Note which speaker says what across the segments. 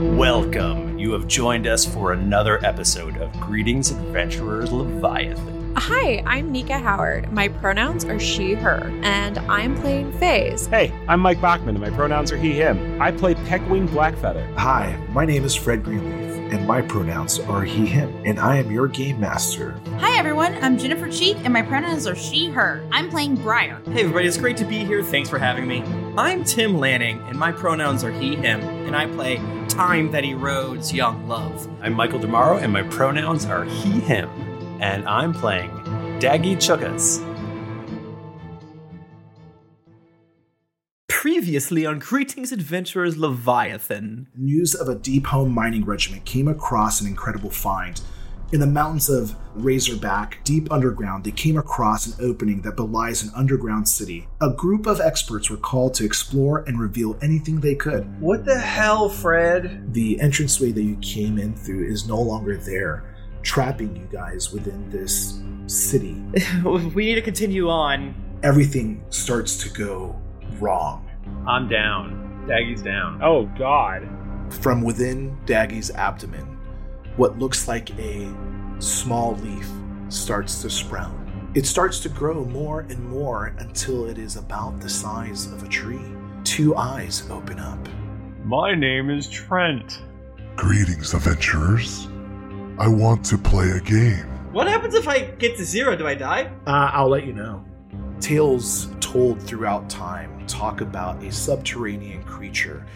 Speaker 1: Welcome. You have joined us for another episode of Greetings Adventurers Leviathan.
Speaker 2: Hi, I'm Nika Howard. My pronouns are she, her, and I'm playing Faze.
Speaker 3: Hey, I'm Mike Bachman, and my pronouns are he, him. I play Peckwing Blackfeather.
Speaker 4: Hi, my name is Fred Greenleaf, and my pronouns are he, him, and I am your game master.
Speaker 5: Hi everyone, I'm Jennifer Cheek and my pronouns are she, her. I'm playing Briar.
Speaker 6: Hey everybody, it's great to be here. Thanks for having me. I'm Tim Lanning, and my pronouns are he, him, and I play Time That Erodes Young Love.
Speaker 1: I'm Michael DeMaro, and my pronouns are he, him, and I'm playing Daggy Chuckas.
Speaker 6: Previously on Greetings Adventurers Leviathan.
Speaker 4: News of a deep home mining regiment came across an incredible find. In the mountains of Razorback, deep underground, they came across an opening that belies an underground city. A group of experts were called to explore and reveal anything they could.
Speaker 7: What the hell, Fred?
Speaker 4: The entranceway that you came in through is no longer there, trapping you guys within this city.
Speaker 6: we need to continue on.
Speaker 4: Everything starts to go wrong.
Speaker 1: I'm down. Daggy's down.
Speaker 3: Oh, God.
Speaker 4: From within Daggy's abdomen, what looks like a small leaf starts to sprout. It starts to grow more and more until it is about the size of a tree. Two eyes open up.
Speaker 8: My name is Trent.
Speaker 9: Greetings, adventurers. I want to play a game.
Speaker 6: What happens if I get to zero? Do I die?
Speaker 4: Uh, I'll let you know. Tales told throughout time talk about a subterranean creature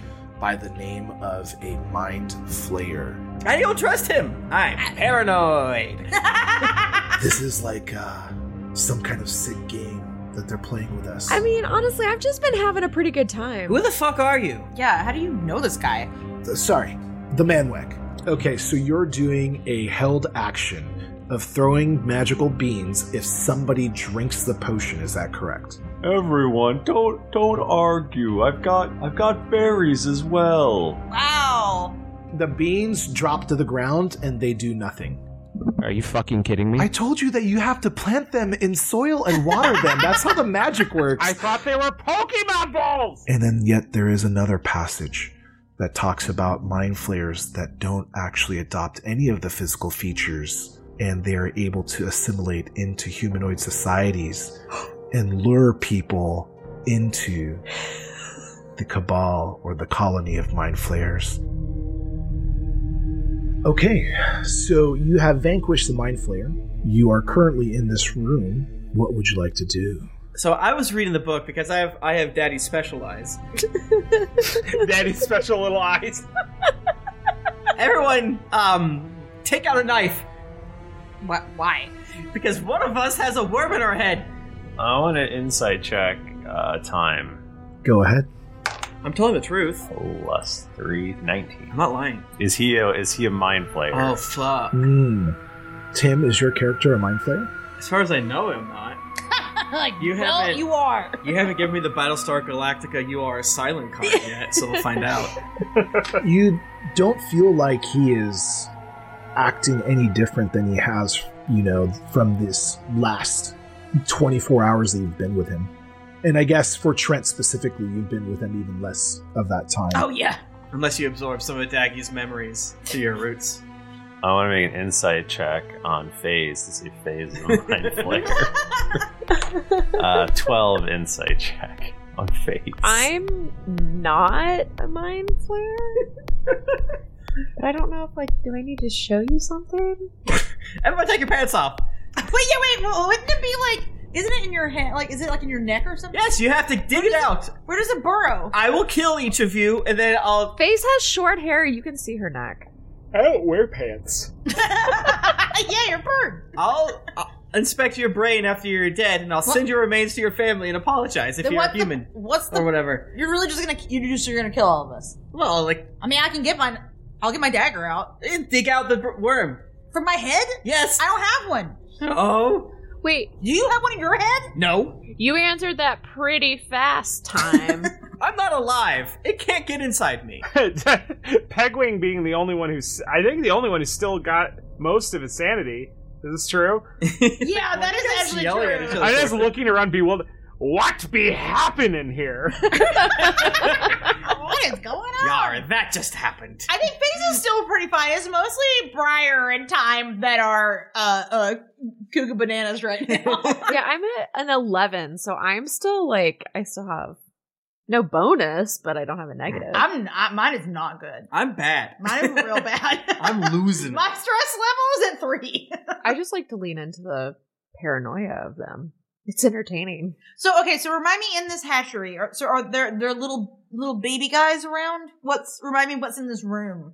Speaker 4: by the name of a mind flayer.
Speaker 6: I don't trust him. I'm paranoid.
Speaker 4: This is like uh, some kind of sick game that they're playing with us.
Speaker 2: I mean, honestly, I've just been having a pretty good time.
Speaker 6: Who the fuck are you?
Speaker 5: Yeah, how do you know this guy?
Speaker 4: Uh, sorry, the manwek. Okay, so you're doing a held action of throwing magical beans if somebody drinks the potion. Is that correct?
Speaker 8: Everyone, don't don't argue. I've got I've got berries as
Speaker 3: Oh.
Speaker 8: well.
Speaker 5: Wow.
Speaker 4: The beans drop to the ground and they do nothing.
Speaker 3: Are you fucking kidding me?
Speaker 4: I told you that you have to plant them in soil and water them. That's how the magic works.
Speaker 3: thought they were Pokemon balls!
Speaker 4: And then, yet, there is another passage that talks about mind flayers that don't actually adopt any of the physical features and they are able to assimilate into humanoid societies and lure people into the cabal or the colony of mind flayers. Okay, so you have vanquished the mind flayer. You are currently in this room. What would you like to do?
Speaker 6: So I was reading the book because I have I have Daddy special eyes.
Speaker 3: Daddy's special little eyes.
Speaker 6: Everyone, um, take out a knife
Speaker 5: What? Why?
Speaker 6: because one of us has a worm in our head.
Speaker 1: I want an insight check. Uh, time.
Speaker 4: Go ahead.
Speaker 6: I'm telling the truth.
Speaker 1: Plus three, 19.
Speaker 6: I'm not lying.
Speaker 1: Is he a, is he a mind player?
Speaker 6: Oh fuck!
Speaker 4: Hmm. Tim, is your character a mind flayer?
Speaker 6: As far as I know, I'm not. You
Speaker 5: well,
Speaker 6: haven't-
Speaker 5: you are.
Speaker 6: You haven't given me the Battlestar Galactica. You are a silent card yet, so we'll find out.
Speaker 4: you don't feel like he is acting any different than he has, you know, from this last 24 hours that you've been with him. And I guess for Trent specifically, you've been with him even less of that time.
Speaker 5: Oh yeah.
Speaker 6: Unless you absorb some of Daggy's memories to your roots.
Speaker 1: I want to make an insight check on Phase to see if Phase is a mind player. uh, 12 insight check on Phase.
Speaker 2: I'm not a mind flayer. but I don't know if, like, do I need to show you something?
Speaker 6: Everyone, take your pants off.
Speaker 5: Wait, yeah, wait. Well, wouldn't it be like? Isn't it in your head? Like, is it like in your neck or something?
Speaker 6: Yes, you have to dig it out.
Speaker 5: Where does it burrow?
Speaker 6: I will kill each of you, and then I'll.
Speaker 2: Face has short hair. You can see her neck.
Speaker 3: I
Speaker 6: Oh.
Speaker 3: don't wear pants.
Speaker 5: Uh, yeah, you're a bird.
Speaker 6: I'll. I'll Inspect your brain after you're dead, and I'll send your remains to your family and apologize if
Speaker 5: Then
Speaker 6: you're a
Speaker 5: what the-
Speaker 6: human
Speaker 5: what's
Speaker 6: or
Speaker 5: the?
Speaker 6: whatever.
Speaker 5: You're really just gonna you just you're gonna kill all of us.
Speaker 6: Well, like
Speaker 5: I mean, I can get mine. I'll get my dagger out
Speaker 6: eh, dig out the br- worm.
Speaker 5: from my head.
Speaker 6: Yes.
Speaker 5: I don't have one.
Speaker 6: Oh
Speaker 2: Wait,
Speaker 5: Do you have one in your head?
Speaker 6: no,
Speaker 2: you answered that pretty fast time.
Speaker 6: I'm not alive. It can't get inside me.
Speaker 3: Pegwing being the only one who's. I think the only one who's still got most of his sanity. Is this true?
Speaker 5: Yeah, that is
Speaker 6: guys
Speaker 5: actually
Speaker 6: yelling at each
Speaker 5: true.
Speaker 6: other.
Speaker 3: I'm just looking around bewildered. What be happening here?
Speaker 5: What is going on?
Speaker 6: Yar, that just happened.
Speaker 5: I think Face is still pretty fine. It's mostly Briar and Time that are uh uh cuckoo bananas right now.
Speaker 2: yeah, I'm at an 11, so I'm still like, I still have no bonus, but I don't have a negative.
Speaker 5: I'm not, mine is not good.
Speaker 6: I'm bad.
Speaker 5: Mine is real bad.
Speaker 6: I'm losing. it.
Speaker 5: My stress level is at three.
Speaker 2: I just like to lean into the paranoia of them. It's entertaining.
Speaker 5: So okay, so remind me in this hatchery. Are, so are there there little little baby guys around? What's remind me what's in this room?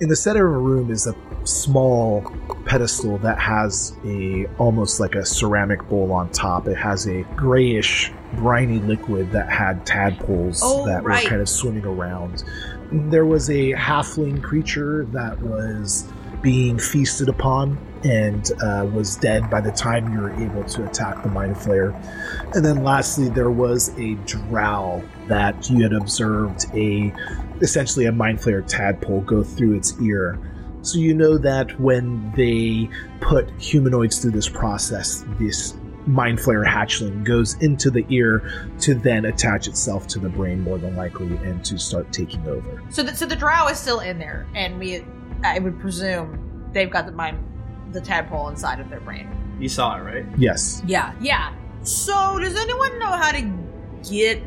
Speaker 4: In the center of a room is a small pedestal that has a almost like a ceramic bowl on top. It has a grayish, briny liquid that had tadpoles
Speaker 5: Oh,
Speaker 4: that
Speaker 5: right.
Speaker 4: were kind of swimming around. There was a halfling creature that was being feasted upon and uh, was dead by the time you were able to attack the mind flayer. And then lastly, there was a drow that you had observed a essentially a mind flayer tadpole go through its ear. So you know that when they put humanoids through this process, this mind flayer hatchling goes into the ear to then attach itself to the brain more than likely and to start taking over.
Speaker 5: So the, so the drow is still in there, and we I would presume they've got the mind the tadpole inside of their brain.
Speaker 6: You saw it, right?
Speaker 4: Yes.
Speaker 5: Yeah, yeah. So, does anyone know how to get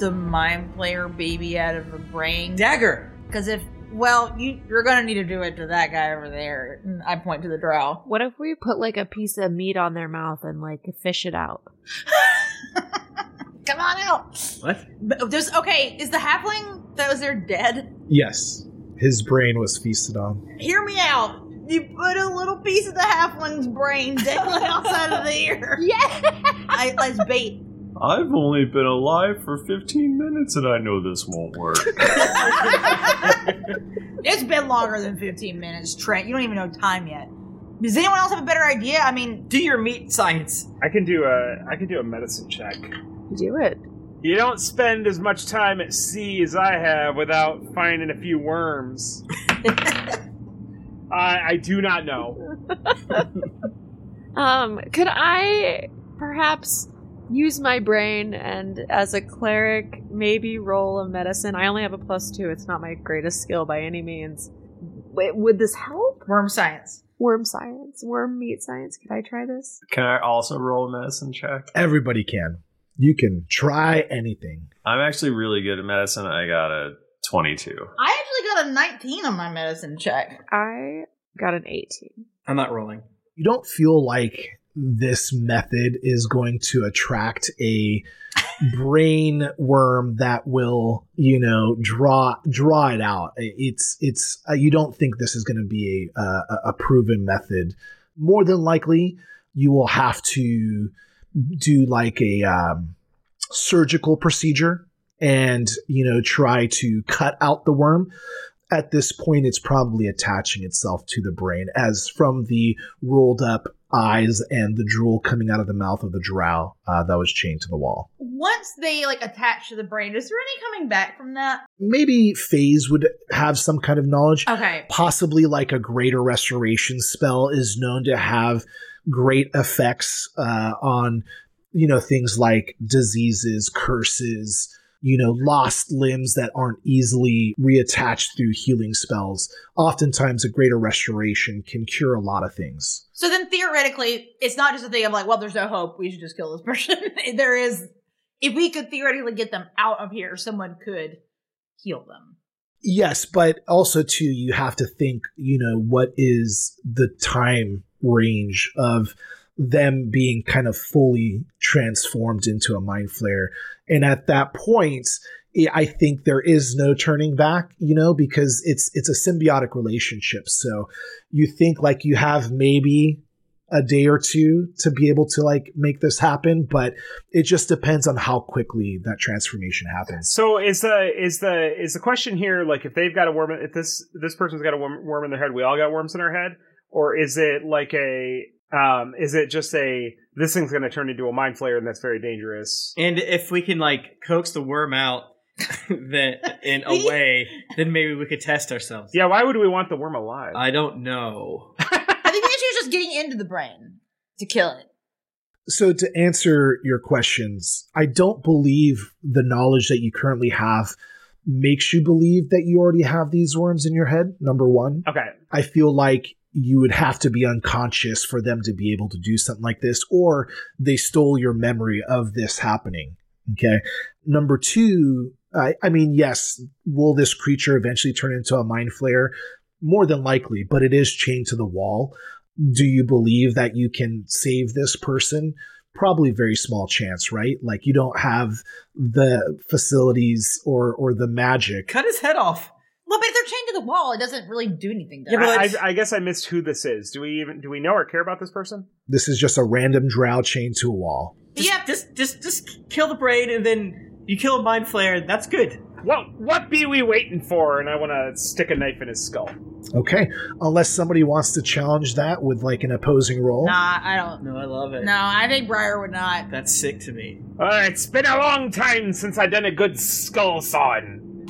Speaker 5: the mind player baby out of a brain?
Speaker 6: Dagger.
Speaker 5: Because if well, you you're gonna need to do it to that guy over there. And Mm, I point to the drow.
Speaker 2: What if we put like a piece of meat on their mouth and like fish it out?
Speaker 5: Come on out.
Speaker 6: What?
Speaker 5: But There's okay. Is the halfling that was there dead?
Speaker 4: Yes. His brain was feasted on.
Speaker 5: Hear me out. You put a little piece of the halfling's brain dangling outside of the ear.
Speaker 2: Yeah.
Speaker 5: I, let's bait.
Speaker 1: I've only been alive for 15 minutes and I know this won't work.
Speaker 5: it's been longer than 15 minutes, Trent. You don't even know time yet. Does anyone else have a better idea? I mean,
Speaker 6: Do your meat science.
Speaker 3: I can do a I can do a medicine check.
Speaker 2: Do it.
Speaker 3: You don't spend as much time at sea as I have without finding a few worms. I, I do not know.
Speaker 2: Um, could I perhaps use my brain and as a cleric maybe roll a medicine? I only have a plus two. It's not my greatest skill by any means. Wait, would this help?
Speaker 5: worm science.
Speaker 2: Worm science, worm meat science. Could I try this?
Speaker 1: Can I also roll a medicine check?
Speaker 4: Everybody can. You can try anything.
Speaker 1: I'm actually really good at medicine. I got a 22.
Speaker 5: I actually got a 19 on my medicine check.
Speaker 2: I got an eighteen.
Speaker 6: I'm not rolling.
Speaker 4: You don't feel like this method is going to attract a brain worm that will, you know, draw draw it out. It's it's uh, you don't think this is going to be a, a a proven method. More than likely, you will have to do like a um, surgical procedure and you know try to cut out the worm. At this point, it's probably attaching itself to the brain, as from the rolled up eyes and the drool coming out of the mouth of the drow uh, that was chained to the wall.
Speaker 5: Once they like attach to the brain, is there any coming back from that?
Speaker 4: maybe phase would have some kind of knowledge
Speaker 5: Okay.
Speaker 4: possibly like a greater restoration spell is known to have great effects uh, on you know things like diseases curses you know lost limbs that aren't easily reattached through healing spells oftentimes a greater restoration can cure a lot of things
Speaker 5: So then theoretically, it's not just a thing of like, well, there's no hope. We should just kill this person. there is, if we could theoretically get them out of here, someone could heal them.
Speaker 4: Yes, but also too, you have to think, you know, what is the time range of them being kind of fully transformed into a mind flare. And at that point, I- I think there is no turning back, you know, because it's it's a symbiotic relationship. So you think like you have maybe a day or two to be able to like make this happen, but it just depends on how quickly that transformation happens.
Speaker 3: So is the is the is the question here like if they've got a worm if this this person's got a worm, worm in their head, we all got worms in our head, or is it like a um is it just a this thing's going to turn into a mind flayer and that's very dangerous?
Speaker 6: And if we can like coax the worm out, then in a way, then maybe we could test ourselves.
Speaker 3: Yeah, why would we want the worm alive?
Speaker 6: I don't know.
Speaker 5: I think the issue is just getting into the brain to kill it.
Speaker 4: So to answer your questions, I don't believe the knowledge that you currently have makes you believe that you already have these worms in your head, number one.
Speaker 3: Okay.
Speaker 4: I feel like you would have to be unconscious for them to be able to do something like this, or they stole your memory of this happening. Okay. Number two, I, I mean, yes, will this creature eventually turn into a mind flare? More than likely, but it is chained to the wall. Do you believe that you can save this person? Probably very small chance, right? Like you don't have the facilities or or the magic.
Speaker 6: Cut his head off.
Speaker 5: Well, but if they're chained to the wall, it doesn't really do anything. Does
Speaker 3: Yeah,
Speaker 5: it?
Speaker 3: but I, I guess I missed who this is. Do we even do we know or care about this person?
Speaker 4: This is just a random drow chained to a wall.
Speaker 6: Just, yeah, just just just kill the braid and then you kill a mind flare. That's good.
Speaker 3: Well, what be we waiting for? And I want to stick a knife in his skull.
Speaker 4: Okay. Unless somebody wants to challenge that with like an opposing roll.
Speaker 5: Nah, I don't.
Speaker 6: No, I love it.
Speaker 5: No, I think Briar would not.
Speaker 6: That's sick to me.
Speaker 3: Uh, it's been a long time since I've done a good skull sawing.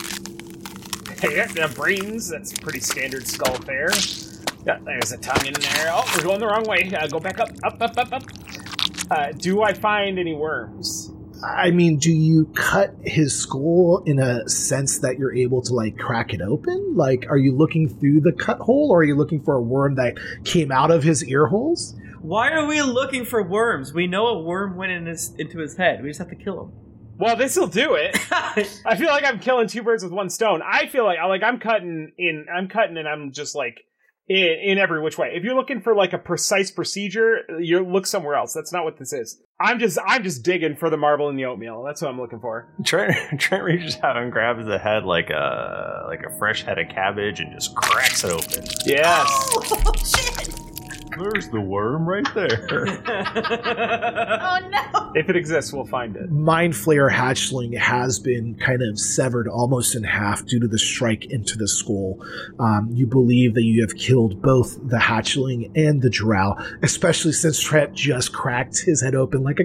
Speaker 3: Yeah, the brains, that's pretty standard skull fare. Yeah, there's a tongue in there. Oh, we're going the wrong way. Uh, go back up, up, up, up, up. Uh, do I find any worms?
Speaker 4: I mean, do you cut his skull in a sense that you're able to like crack it open? Like, are you looking through the cut hole or are you looking for a worm that came out of his ear holes?
Speaker 6: Why are we looking for worms? We know a worm went in his, into his head. We just have to kill
Speaker 3: Well, this'll do it.
Speaker 6: him.
Speaker 3: I feel like I'm killing two birds with one stone. I feel like I like I'm cutting in I'm cutting and I'm just like in, in every which way. If you're looking for like a precise procedure, you look somewhere else. That's not what this is. I'm just I'm just digging for the marble in the oatmeal. That's what I'm looking for.
Speaker 1: Trent, Trent reaches out and grabs the head like a like a fresh head of cabbage and just cracks it open.
Speaker 3: Yes.
Speaker 5: Oh, shit.
Speaker 8: There's the worm right there.
Speaker 5: Oh, no.
Speaker 3: If it exists, we'll find it.
Speaker 4: Mind Flayer Hatchling has been kind of severed almost in half due to the strike into the skull. Um, you believe that you have killed both the Hatchling and the Drow, especially since Tret just cracked his head open like a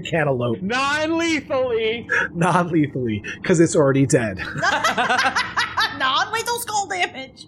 Speaker 4: cantaloupe,
Speaker 3: Non-lethally.
Speaker 4: non lethally, because it's already dead.
Speaker 5: non lethal skull damage.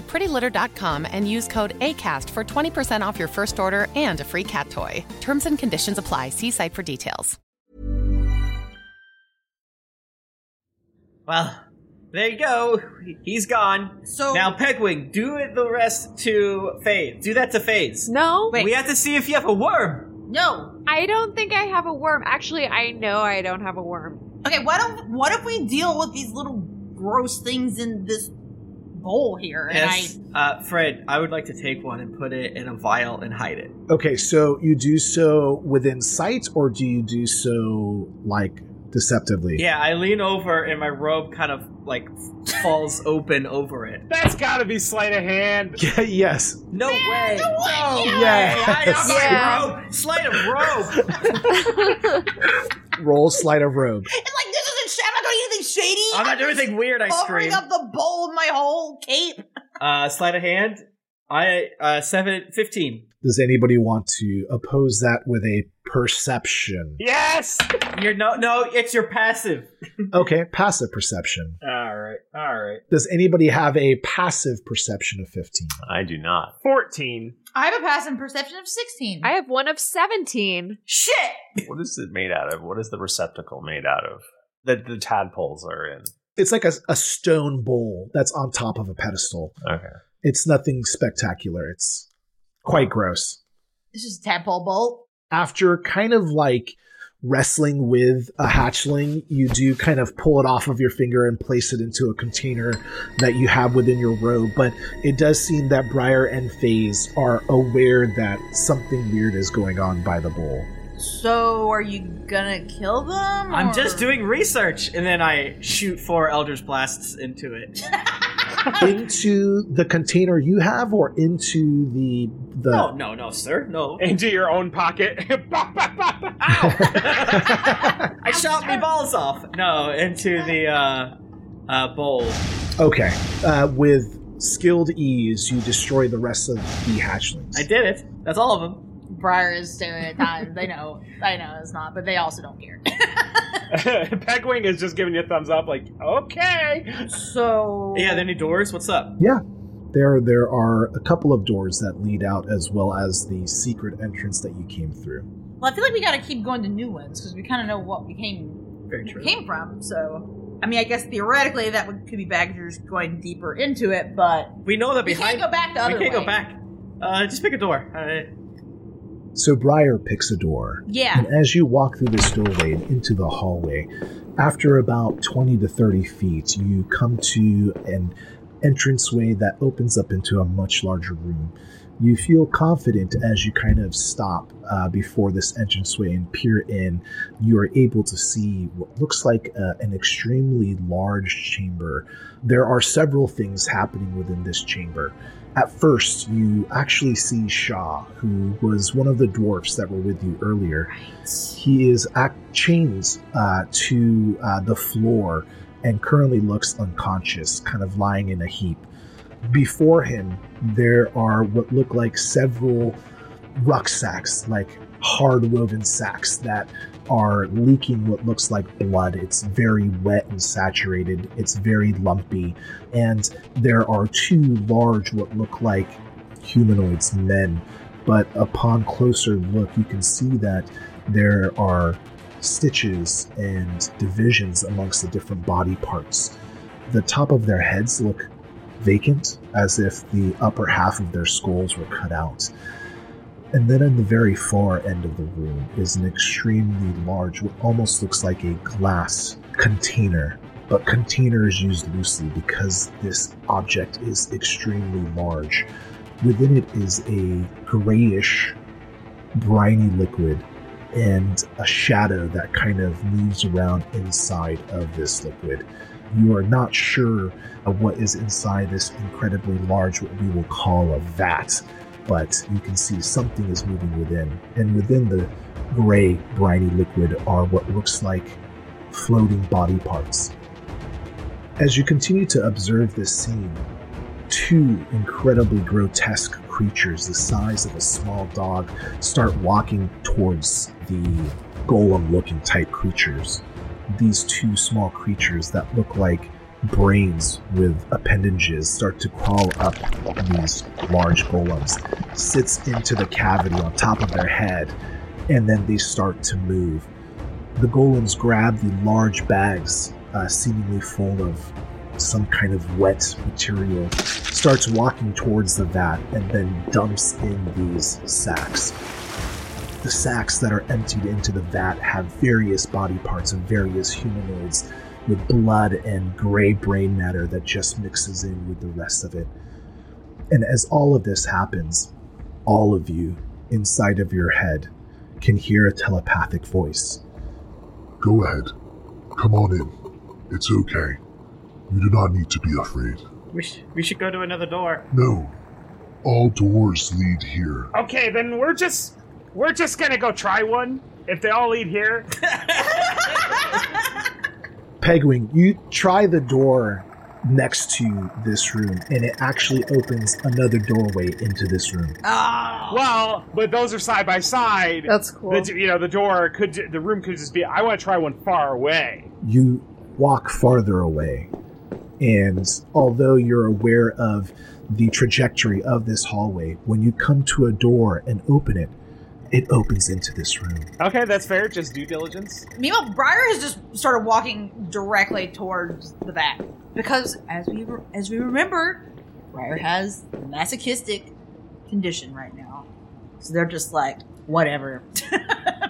Speaker 10: prettylitter.com and use code ACAST for 20% off your first order and a free cat toy. Terms and conditions apply. See site for details.
Speaker 6: well, there you go. He's gone. So now, Pegwing, do it the rest to Faze. Do that to Faze.
Speaker 2: No.
Speaker 6: We have to see if you have a worm.
Speaker 5: No.
Speaker 2: I don't think I have a worm. Actually, I know I don't have a worm.
Speaker 5: Okay, what if, what if we deal with these little gross things in this bowl here? And
Speaker 6: Yes. Uh, Fred, I would like to take one and put it in a vial and hide it.
Speaker 4: Okay, so you do so within sight, or do you do so like deceptively?
Speaker 6: Yeah, I lean over and my robe kind of like falls open over it.
Speaker 3: That's gotta be sleight of hand.
Speaker 4: Yeah, yes.
Speaker 6: No way. No way.
Speaker 4: Yes.
Speaker 6: I,
Speaker 4: Yeah.
Speaker 6: yeah. rope. Slide of rope.
Speaker 4: Roll slide of robe.
Speaker 5: It's like this isn't. sh- I'm not doing anything shady.
Speaker 6: I'm not doing anything weird, I
Speaker 5: covering
Speaker 6: scream.
Speaker 5: up the bowl of my whole cape.
Speaker 6: Uh, sleight of hand. I uh, seven fifteen.
Speaker 4: Does anybody want to oppose that with a perception?
Speaker 6: Yes. You're no no. It's your passive.
Speaker 4: Okay, passive perception.
Speaker 6: All right. All right.
Speaker 4: Does anybody have a passive perception of 15?
Speaker 1: I do not.
Speaker 3: 14.
Speaker 5: I have a passive perception of 16.
Speaker 2: I have one of 17.
Speaker 5: Shit!
Speaker 1: What is it made out of? What is the receptacle made out of that the tadpoles are in?
Speaker 4: It's like a, a stone bowl that's on top of a pedestal.
Speaker 1: Okay.
Speaker 4: It's nothing spectacular. It's quite gross.
Speaker 5: This is tadpole bolt.
Speaker 4: after kind of like wrestling with a hatchling, you do kind of pull it off of your finger and place it into a container that you have within your robe. But it does seem that Briar and FaZe are aware that something weird is going on by the bowl.
Speaker 5: So, are you gonna kill them?
Speaker 6: I'm
Speaker 5: or-
Speaker 6: just doing research, and then I shoot four elders blasts into it.
Speaker 4: into the container you have or into the the
Speaker 6: No, no, no, sir, no.
Speaker 3: Into your own pocket.
Speaker 6: I shot me balls off. No, into the uh, uh, bowl.
Speaker 4: Okay. Uh, with skilled ease you destroy the rest of the hatchlings.
Speaker 6: I did it. That's all of them.
Speaker 5: Briar is staring at time. They know. I know it's not, but they also don't care.
Speaker 3: Pegwing is just giving you a thumbs up, like, okay.
Speaker 5: So.
Speaker 6: Yeah, any doors? What's up?
Speaker 4: Yeah. There there are a couple of doors that lead out as well as the secret entrance that you came through.
Speaker 5: Well, I feel like we gotta keep going to new ones because we kind of know what we came
Speaker 6: Very
Speaker 5: we came from. So, I mean, I guess theoretically that would, could be baggers going deeper into it, but
Speaker 6: we know that
Speaker 5: we
Speaker 6: behind.
Speaker 5: can't go back the other
Speaker 6: we can't
Speaker 5: way.
Speaker 6: go back. Uh, just pick a door. Uh,
Speaker 4: So Briar picks a door.
Speaker 5: Yeah.
Speaker 4: And as you walk through this doorway and into the hallway, after about 20 to 30 feet, you come to an entranceway that opens up into a much larger room. You feel confident as you kind of stop uh, before this entranceway and peer in. You are able to see what looks like uh, an extremely large chamber. There are several things happening within this chamber. At first, you actually see Shaw, who was one of the dwarfs that were with you earlier. He is ac- chained uh, to uh, the floor and currently looks unconscious, kind of lying in a heap. Before him, there are what look like several rucksacks, like hard woven sacks that are leaking what looks like blood. It's very wet and saturated, it's very lumpy, and there are two large, what look like humanoids, men. But upon closer look, you can see that there are stitches and divisions amongst the different body parts. The top of their heads look vacant, as if the upper half of their skulls were cut out. And then in the very far end of the room is an extremely large, what almost looks like a glass container. But container is used loosely because this object is extremely large. Within it is a grayish, briny liquid and a shadow that kind of moves around inside of this liquid. You are not sure of what is inside this incredibly large, what we will call a vat, but you can see something is moving within. And within the gray, briny liquid are what looks like floating body parts. As you continue to observe this scene, two incredibly grotesque creatures the size of a small dog start walking towards the golem looking type creatures. These two small creatures that look like brains with appendages start to crawl up these large golems, sits into the cavity on top of their head, and then they start to move. The golems grab the large bags, uh, seemingly full of some kind of wet material, starts walking towards the vat, and then dumps in these sacks. The sacks that are emptied into the vat have various body parts of various humanoids with blood and gray brain matter that just mixes in with the rest of it. And as all of this happens, all of you inside of your head can hear a telepathic voice.
Speaker 9: Go ahead. Come on in. It's okay. You do not need to be afraid.
Speaker 3: We, sh- we should go to another door.
Speaker 9: No. All doors lead here.
Speaker 3: Okay, then we're just we're just gonna go try one. If they all lead here,
Speaker 4: Pegwing, you try the door next to this room, and it actually opens another doorway into this room.
Speaker 6: Ah.
Speaker 3: well, but those are side by side.
Speaker 2: That's cool.
Speaker 3: The, d- you know, the door could, j- the room could just be. I want to try one far away.
Speaker 4: You walk farther away, and although you're aware of the trajectory of this hallway, when you come to a door and open it, it opens into this room.
Speaker 3: Okay, that's fair. Just due diligence.
Speaker 5: Meanwhile, Briar has just started walking directly towards the back because, as we re- as we remember, Briar has the masochistic condition right now, so they're just like, whatever,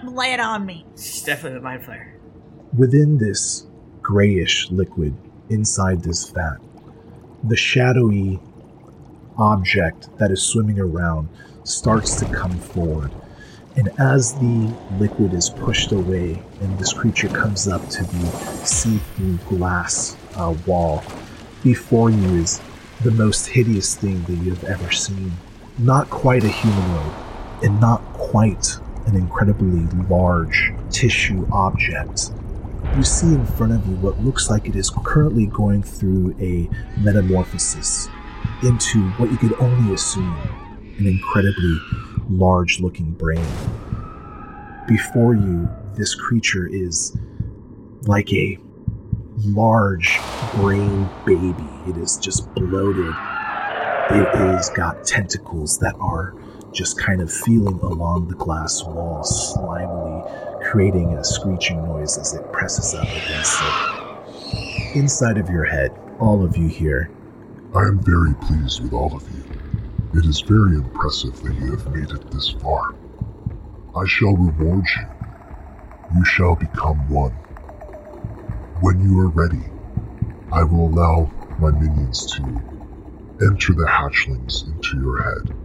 Speaker 5: lay it on me.
Speaker 6: It's definitely the mind flare.
Speaker 4: Within this grayish liquid, inside this vat, the shadowy object that is swimming around starts to come forward. And as the liquid is pushed away, and this creature comes up to the see through glass uh, wall, before you is the most hideous thing that you've ever seen. Not quite a humanoid, and not quite an incredibly large tissue object. You see in front of you what looks like it is currently going through a metamorphosis into what you could only assume an incredibly large looking brain. Before you, this creature is like a large brain baby. It is just bloated. It has got tentacles that are just kind of feeling along the glass wall, slimily creating a screeching noise as it presses up against it. Inside of your head, all of you here,
Speaker 9: I am very pleased with all of you. It is very impressive that you have made it this far. I shall reward you. You shall become one. When you are ready, I will allow my minions to enter the hatchlings into your head.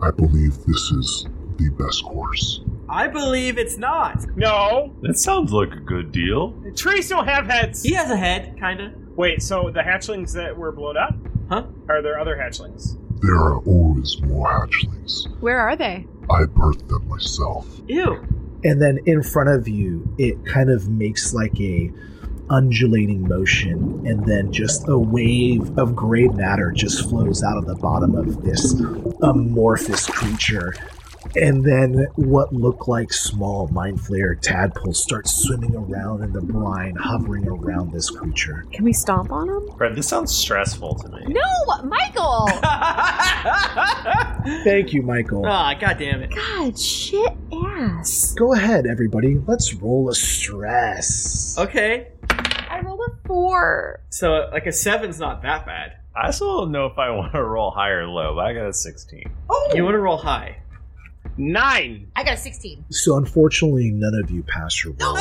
Speaker 9: I believe this is the best course.
Speaker 6: I believe it's not.
Speaker 3: No,
Speaker 1: That sounds like a good deal.
Speaker 3: trees don't have heads.
Speaker 6: He has a head, kinda.
Speaker 3: Wait, so the hatchlings that were blown up?
Speaker 6: Huh?
Speaker 3: Are there other hatchlings?
Speaker 9: There are always more hatchlings.
Speaker 2: Where are they?
Speaker 9: I birthed them myself.
Speaker 6: Ew.
Speaker 4: and then in front of you it kind of makes like a undulating motion and then just a wave of gray matter just flows out of the bottom of this amorphous creature and then what look like small mind flayer tadpoles start swimming around in the brine hovering around this creature
Speaker 2: Can we stomp on them?
Speaker 1: Fred, this sounds stressful to me.
Speaker 2: No, Michael!
Speaker 4: thank you michael
Speaker 6: Ah, god damn it.
Speaker 2: God, shit ass.
Speaker 4: go ahead everybody let's roll a stress
Speaker 6: Okay.
Speaker 2: I rolled a four.
Speaker 6: So like a seven's not that bad.
Speaker 1: I still don't know if I want to roll high or low, but I got a 16.
Speaker 5: Oh,
Speaker 6: You want to roll high.
Speaker 3: Nine.
Speaker 5: I got a sixteen.
Speaker 4: so unfortunately none of you pass your
Speaker 6: Oh,
Speaker 4: rolls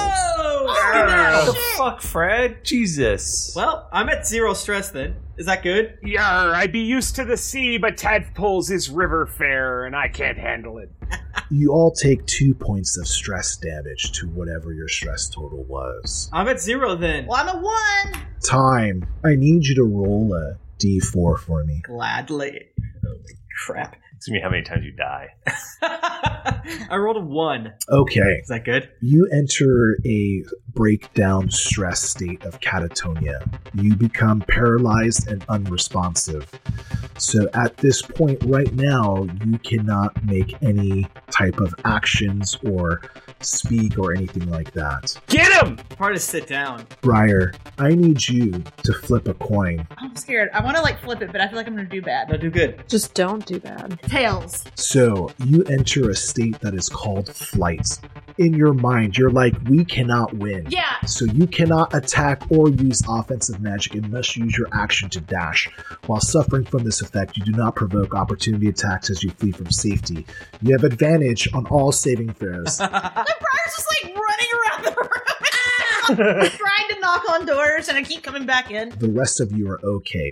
Speaker 1: What
Speaker 5: Oh,
Speaker 1: the fuck, Fred? Jesus.
Speaker 6: Well, I'm at zero stress then. Is that good?
Speaker 3: Yar, I'd be used to the sea, but tadpoles is river fare, and I can't handle it.
Speaker 4: you all take two points of stress damage to whatever your stress total was.
Speaker 6: I'm at zero then.
Speaker 5: Well, I'm a one.
Speaker 4: Time. I need you to roll a d4 for me.
Speaker 6: Gladly. Oh, crap.
Speaker 1: Excuse me, how many times you die?
Speaker 6: I rolled a one.
Speaker 4: Okay.
Speaker 6: Is that good?
Speaker 4: You enter a breakdown stress state of catatonia. You become paralyzed and unresponsive. So at this point, right now, you cannot make any type of actions or speak or anything like that.
Speaker 3: Get him!
Speaker 6: Hard to sit down.
Speaker 4: Briar, I need you to flip a coin.
Speaker 5: I'm scared. I want to like flip it, but I feel like I'm gonna do bad.
Speaker 6: No, do good.
Speaker 2: Just don't do bad.
Speaker 5: Tails.
Speaker 4: So you enter a state that is called flight. In your mind, you're like, we cannot win.
Speaker 5: Yeah.
Speaker 4: So you cannot attack or use offensive magic unless you use your action to dash. While suffering from this effect, you do not provoke opportunity attacks as you flee from safety. You have advantage on all saving throws.
Speaker 5: Like Briar's just like running around the room, trying to knock on doors, and I keep coming back in.
Speaker 4: the rest of you are okay.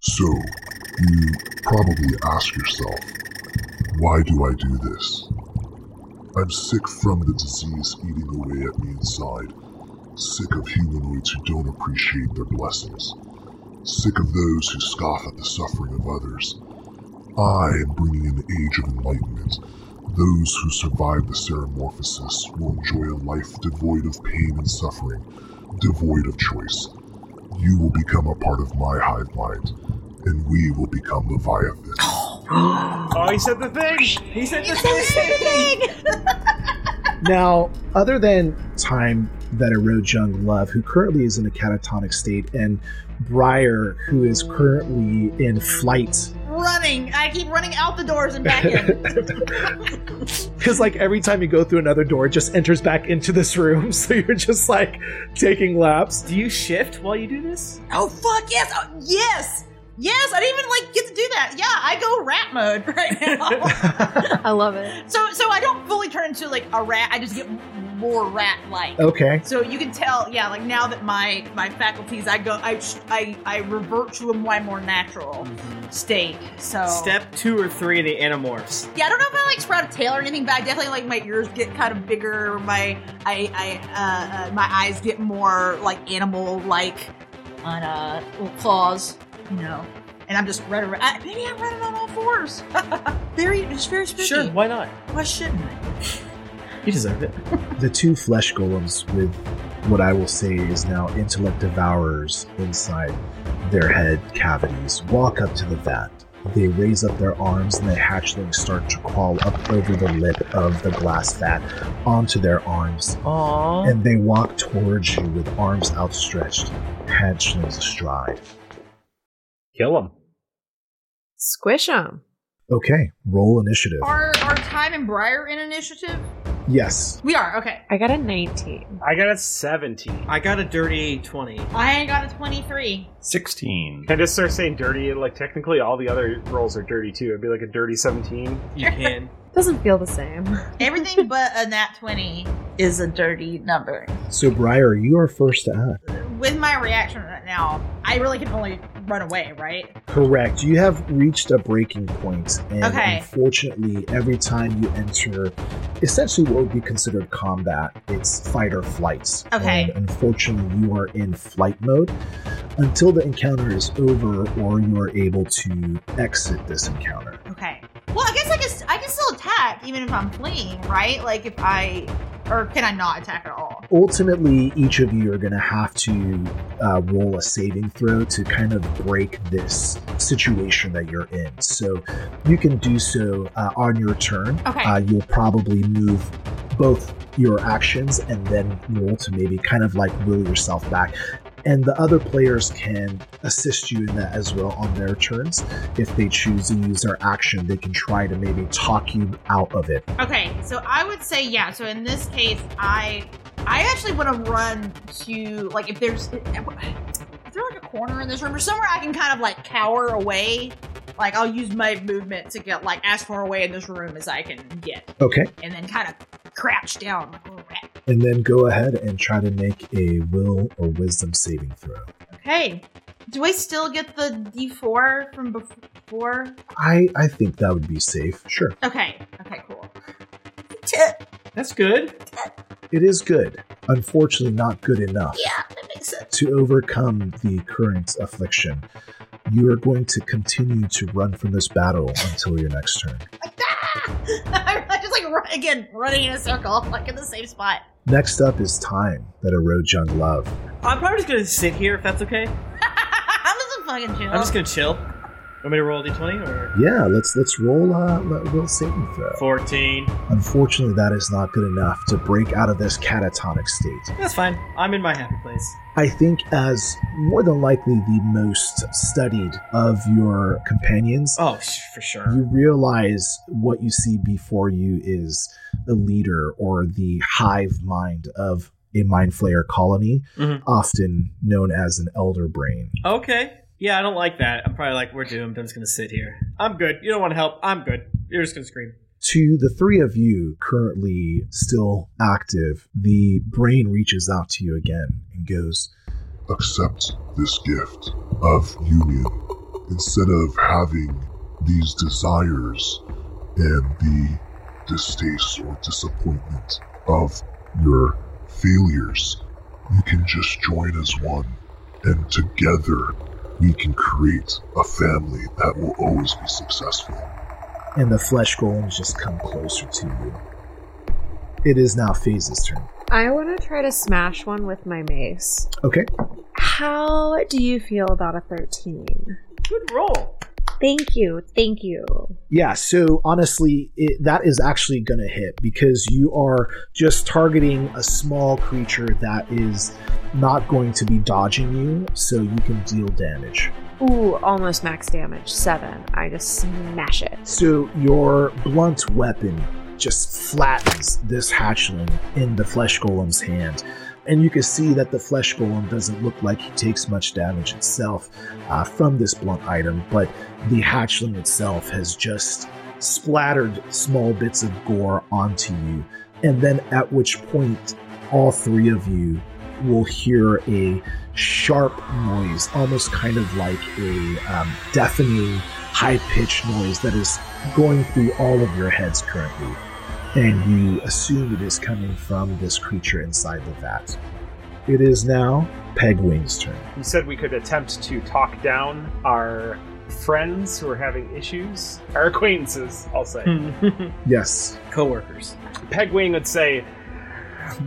Speaker 9: So, you probably ask yourself, why do I do this? I'm sick from the disease eating away at me inside, sick of humanoids who don't appreciate their blessings, sick of those who scoff at the suffering of others. I am bringing in the age of enlightenment. Those who survive the Ceramorphosis will enjoy a life devoid of pain and suffering, devoid of choice. You will become a part of my hive mind, and we will become Leviathan.
Speaker 3: Oh, he said the thing. He said the thing.
Speaker 4: Now, other than time that erodes young love, who currently is in a catatonic state, and Briar, who is currently in flight,
Speaker 5: Running. I keep running out the doors and back in.
Speaker 4: because like every time you go through another door, it just enters back into this room. So you're just like taking laps. Do you shift while you do this?
Speaker 5: oh fuck yes! Oh, yes! Yes! I didn't even like get to do that. Yeah, I go rat mode right now.
Speaker 2: I love it.
Speaker 5: so so I don't fully turn into like a rat. I just get more rat like.
Speaker 4: Okay.
Speaker 5: So you can tell, yeah, like now that my my faculties, I go, I I, I revert to a way more natural
Speaker 2: Mm-hmm.
Speaker 5: state. So
Speaker 6: Step two or three of the Animorphs.
Speaker 5: Yeah, I don't know if I like sprout a tail or anything, but I definitely like my ears get kind of bigger. My I I uh, uh, my eyes get more like animal like on uh little claws, you know. And I'm just running. around. I, maybe I'm running on all fours. very, it's very spooky.
Speaker 6: Sure, why not?
Speaker 5: Why shouldn't I?
Speaker 4: You deserve it. the two flesh golems with what I will say is now intellect devourers inside their head cavities walk up to the vat. They raise up their arms and the hatchlings start to crawl up over the lip of the glass vat onto their arms.
Speaker 6: Aww.
Speaker 4: And they walk towards you with arms outstretched, hatchlings astride.
Speaker 3: Kill him.
Speaker 2: Squish him.
Speaker 4: Okay, roll initiative.
Speaker 5: Are are Time and Briar in initiative?
Speaker 4: Yes.
Speaker 5: We are okay.
Speaker 2: I got a 19.
Speaker 3: I got a 17.
Speaker 6: I got a dirty 20.
Speaker 5: I ain't got a twenty-three.
Speaker 1: 16.
Speaker 3: Can I just start saying dirty? Like, technically, all the other rolls are dirty too. It'd be like a dirty 17.
Speaker 6: You can.
Speaker 2: Doesn't feel the same.
Speaker 5: Everything but a nat twenty is a dirty number.
Speaker 4: So, Briar, you are first to act.
Speaker 5: With my reaction right now, I really can only run away, right?
Speaker 4: Correct. You have reached a breaking point, and
Speaker 5: Okay.
Speaker 4: unfortunately, every time you enter essentially what would be considered combat, it's fight or flight.
Speaker 5: Okay.
Speaker 4: And unfortunately, you are in flight mode until the encounter is over or you are able to exit this encounter.
Speaker 5: Okay. Well, I guess I can I can still attack even if I'm fleeing, right? Like if I or can I not attack at all?
Speaker 4: ultimately, each of you are going to have to uh, roll a saving throw to kind of break this situation that you're in. So you can do so uh, on your turn.
Speaker 5: Okay.
Speaker 4: Uh, you'll probably move both your actions and then roll to maybe kind of like will yourself back. And the other players can assist you in that as well on their turns. If they choose to use their action, they can try to maybe talk you out of it.
Speaker 5: Okay, so I would say yeah. So in this case, I I actually want to run to like if there's is there like a corner in this room or somewhere I can kind of like cower away. Like I'll use my movement to get like as far away in this room as I can get,
Speaker 4: Okay.
Speaker 5: and then kind of crouch down like a little rat.
Speaker 4: And then go ahead and try to make a will or wisdom saving throw.
Speaker 5: Okay, do I still get the D four from before?
Speaker 4: I, I think that would be safe. Sure.
Speaker 5: Okay, okay, cool.
Speaker 6: That's good.
Speaker 4: It is good. Unfortunately, not good enough.
Speaker 5: Yeah, that makes sense.
Speaker 4: To overcome the current affliction, you are going to continue to run from this battle until your next turn.
Speaker 5: I just like run, again running in a circle, like in the same spot.
Speaker 4: Next up is time that erodes young love.
Speaker 6: I'm probably just gonna sit here if that's okay.
Speaker 5: I'm just a fucking chill.
Speaker 6: I'm just gonna chill. Want me to roll a d20 or
Speaker 4: Yeah, let's let's roll uh let- roll saving throw.
Speaker 6: 14?
Speaker 4: Unfortunately, that is not good enough to break out of this catatonic state.
Speaker 6: That's fine. I'm in my happy place.
Speaker 4: I think as more than likely the most studied of your companions.
Speaker 6: Oh, for sure.
Speaker 4: You realize what you see before you is the leader or the hive mind of a mind flayer colony,
Speaker 6: Mhm.
Speaker 4: often known as an elder brain.
Speaker 6: Okay. Yeah, I don't like that. I'm probably like, we're doomed. I'm just gonna sit here. I'm good. You don't want to help. I'm good. You're just gonna scream.
Speaker 4: To the three of you currently still active, the brain reaches out to you again and goes,
Speaker 9: accept this gift of union instead of having these desires and the distaste or disappointment of your failures you can just join as one and together we can create a family that will always be successful
Speaker 4: and the flesh golems just come closer to you. It is now Phase's turn.
Speaker 2: I want to try to smash one with my mace.
Speaker 4: Okay.
Speaker 2: How do you feel about a 13?
Speaker 6: Good roll.
Speaker 2: Thank you. Thank you.
Speaker 4: Yeah, so honestly, it, that is actually going to hit because you are just targeting a small creature that is not going to be dodging you, so you can deal damage.
Speaker 2: Ooh, almost max damage. Seven. I just smash it.
Speaker 4: So your blunt weapon just flattens this hatchling in the flesh golem's hand. And you can see that the flesh golem doesn't look like he takes much damage itself uh, from this blunt item, but the hatchling itself has just splattered small bits of gore onto you. And then at which point, all three of you will hear a sharp noise, almost kind of like a um, deafening, high pitched noise that is going through all of your heads currently. And you assume it is coming from this creature inside the vat. It is now Pegwing's turn.
Speaker 3: You said we could attempt to talk down our friends who are having issues, our acquaintances, I'll say.
Speaker 6: Hmm.
Speaker 4: Yes.
Speaker 6: Coworkers.
Speaker 3: Pegwing would say,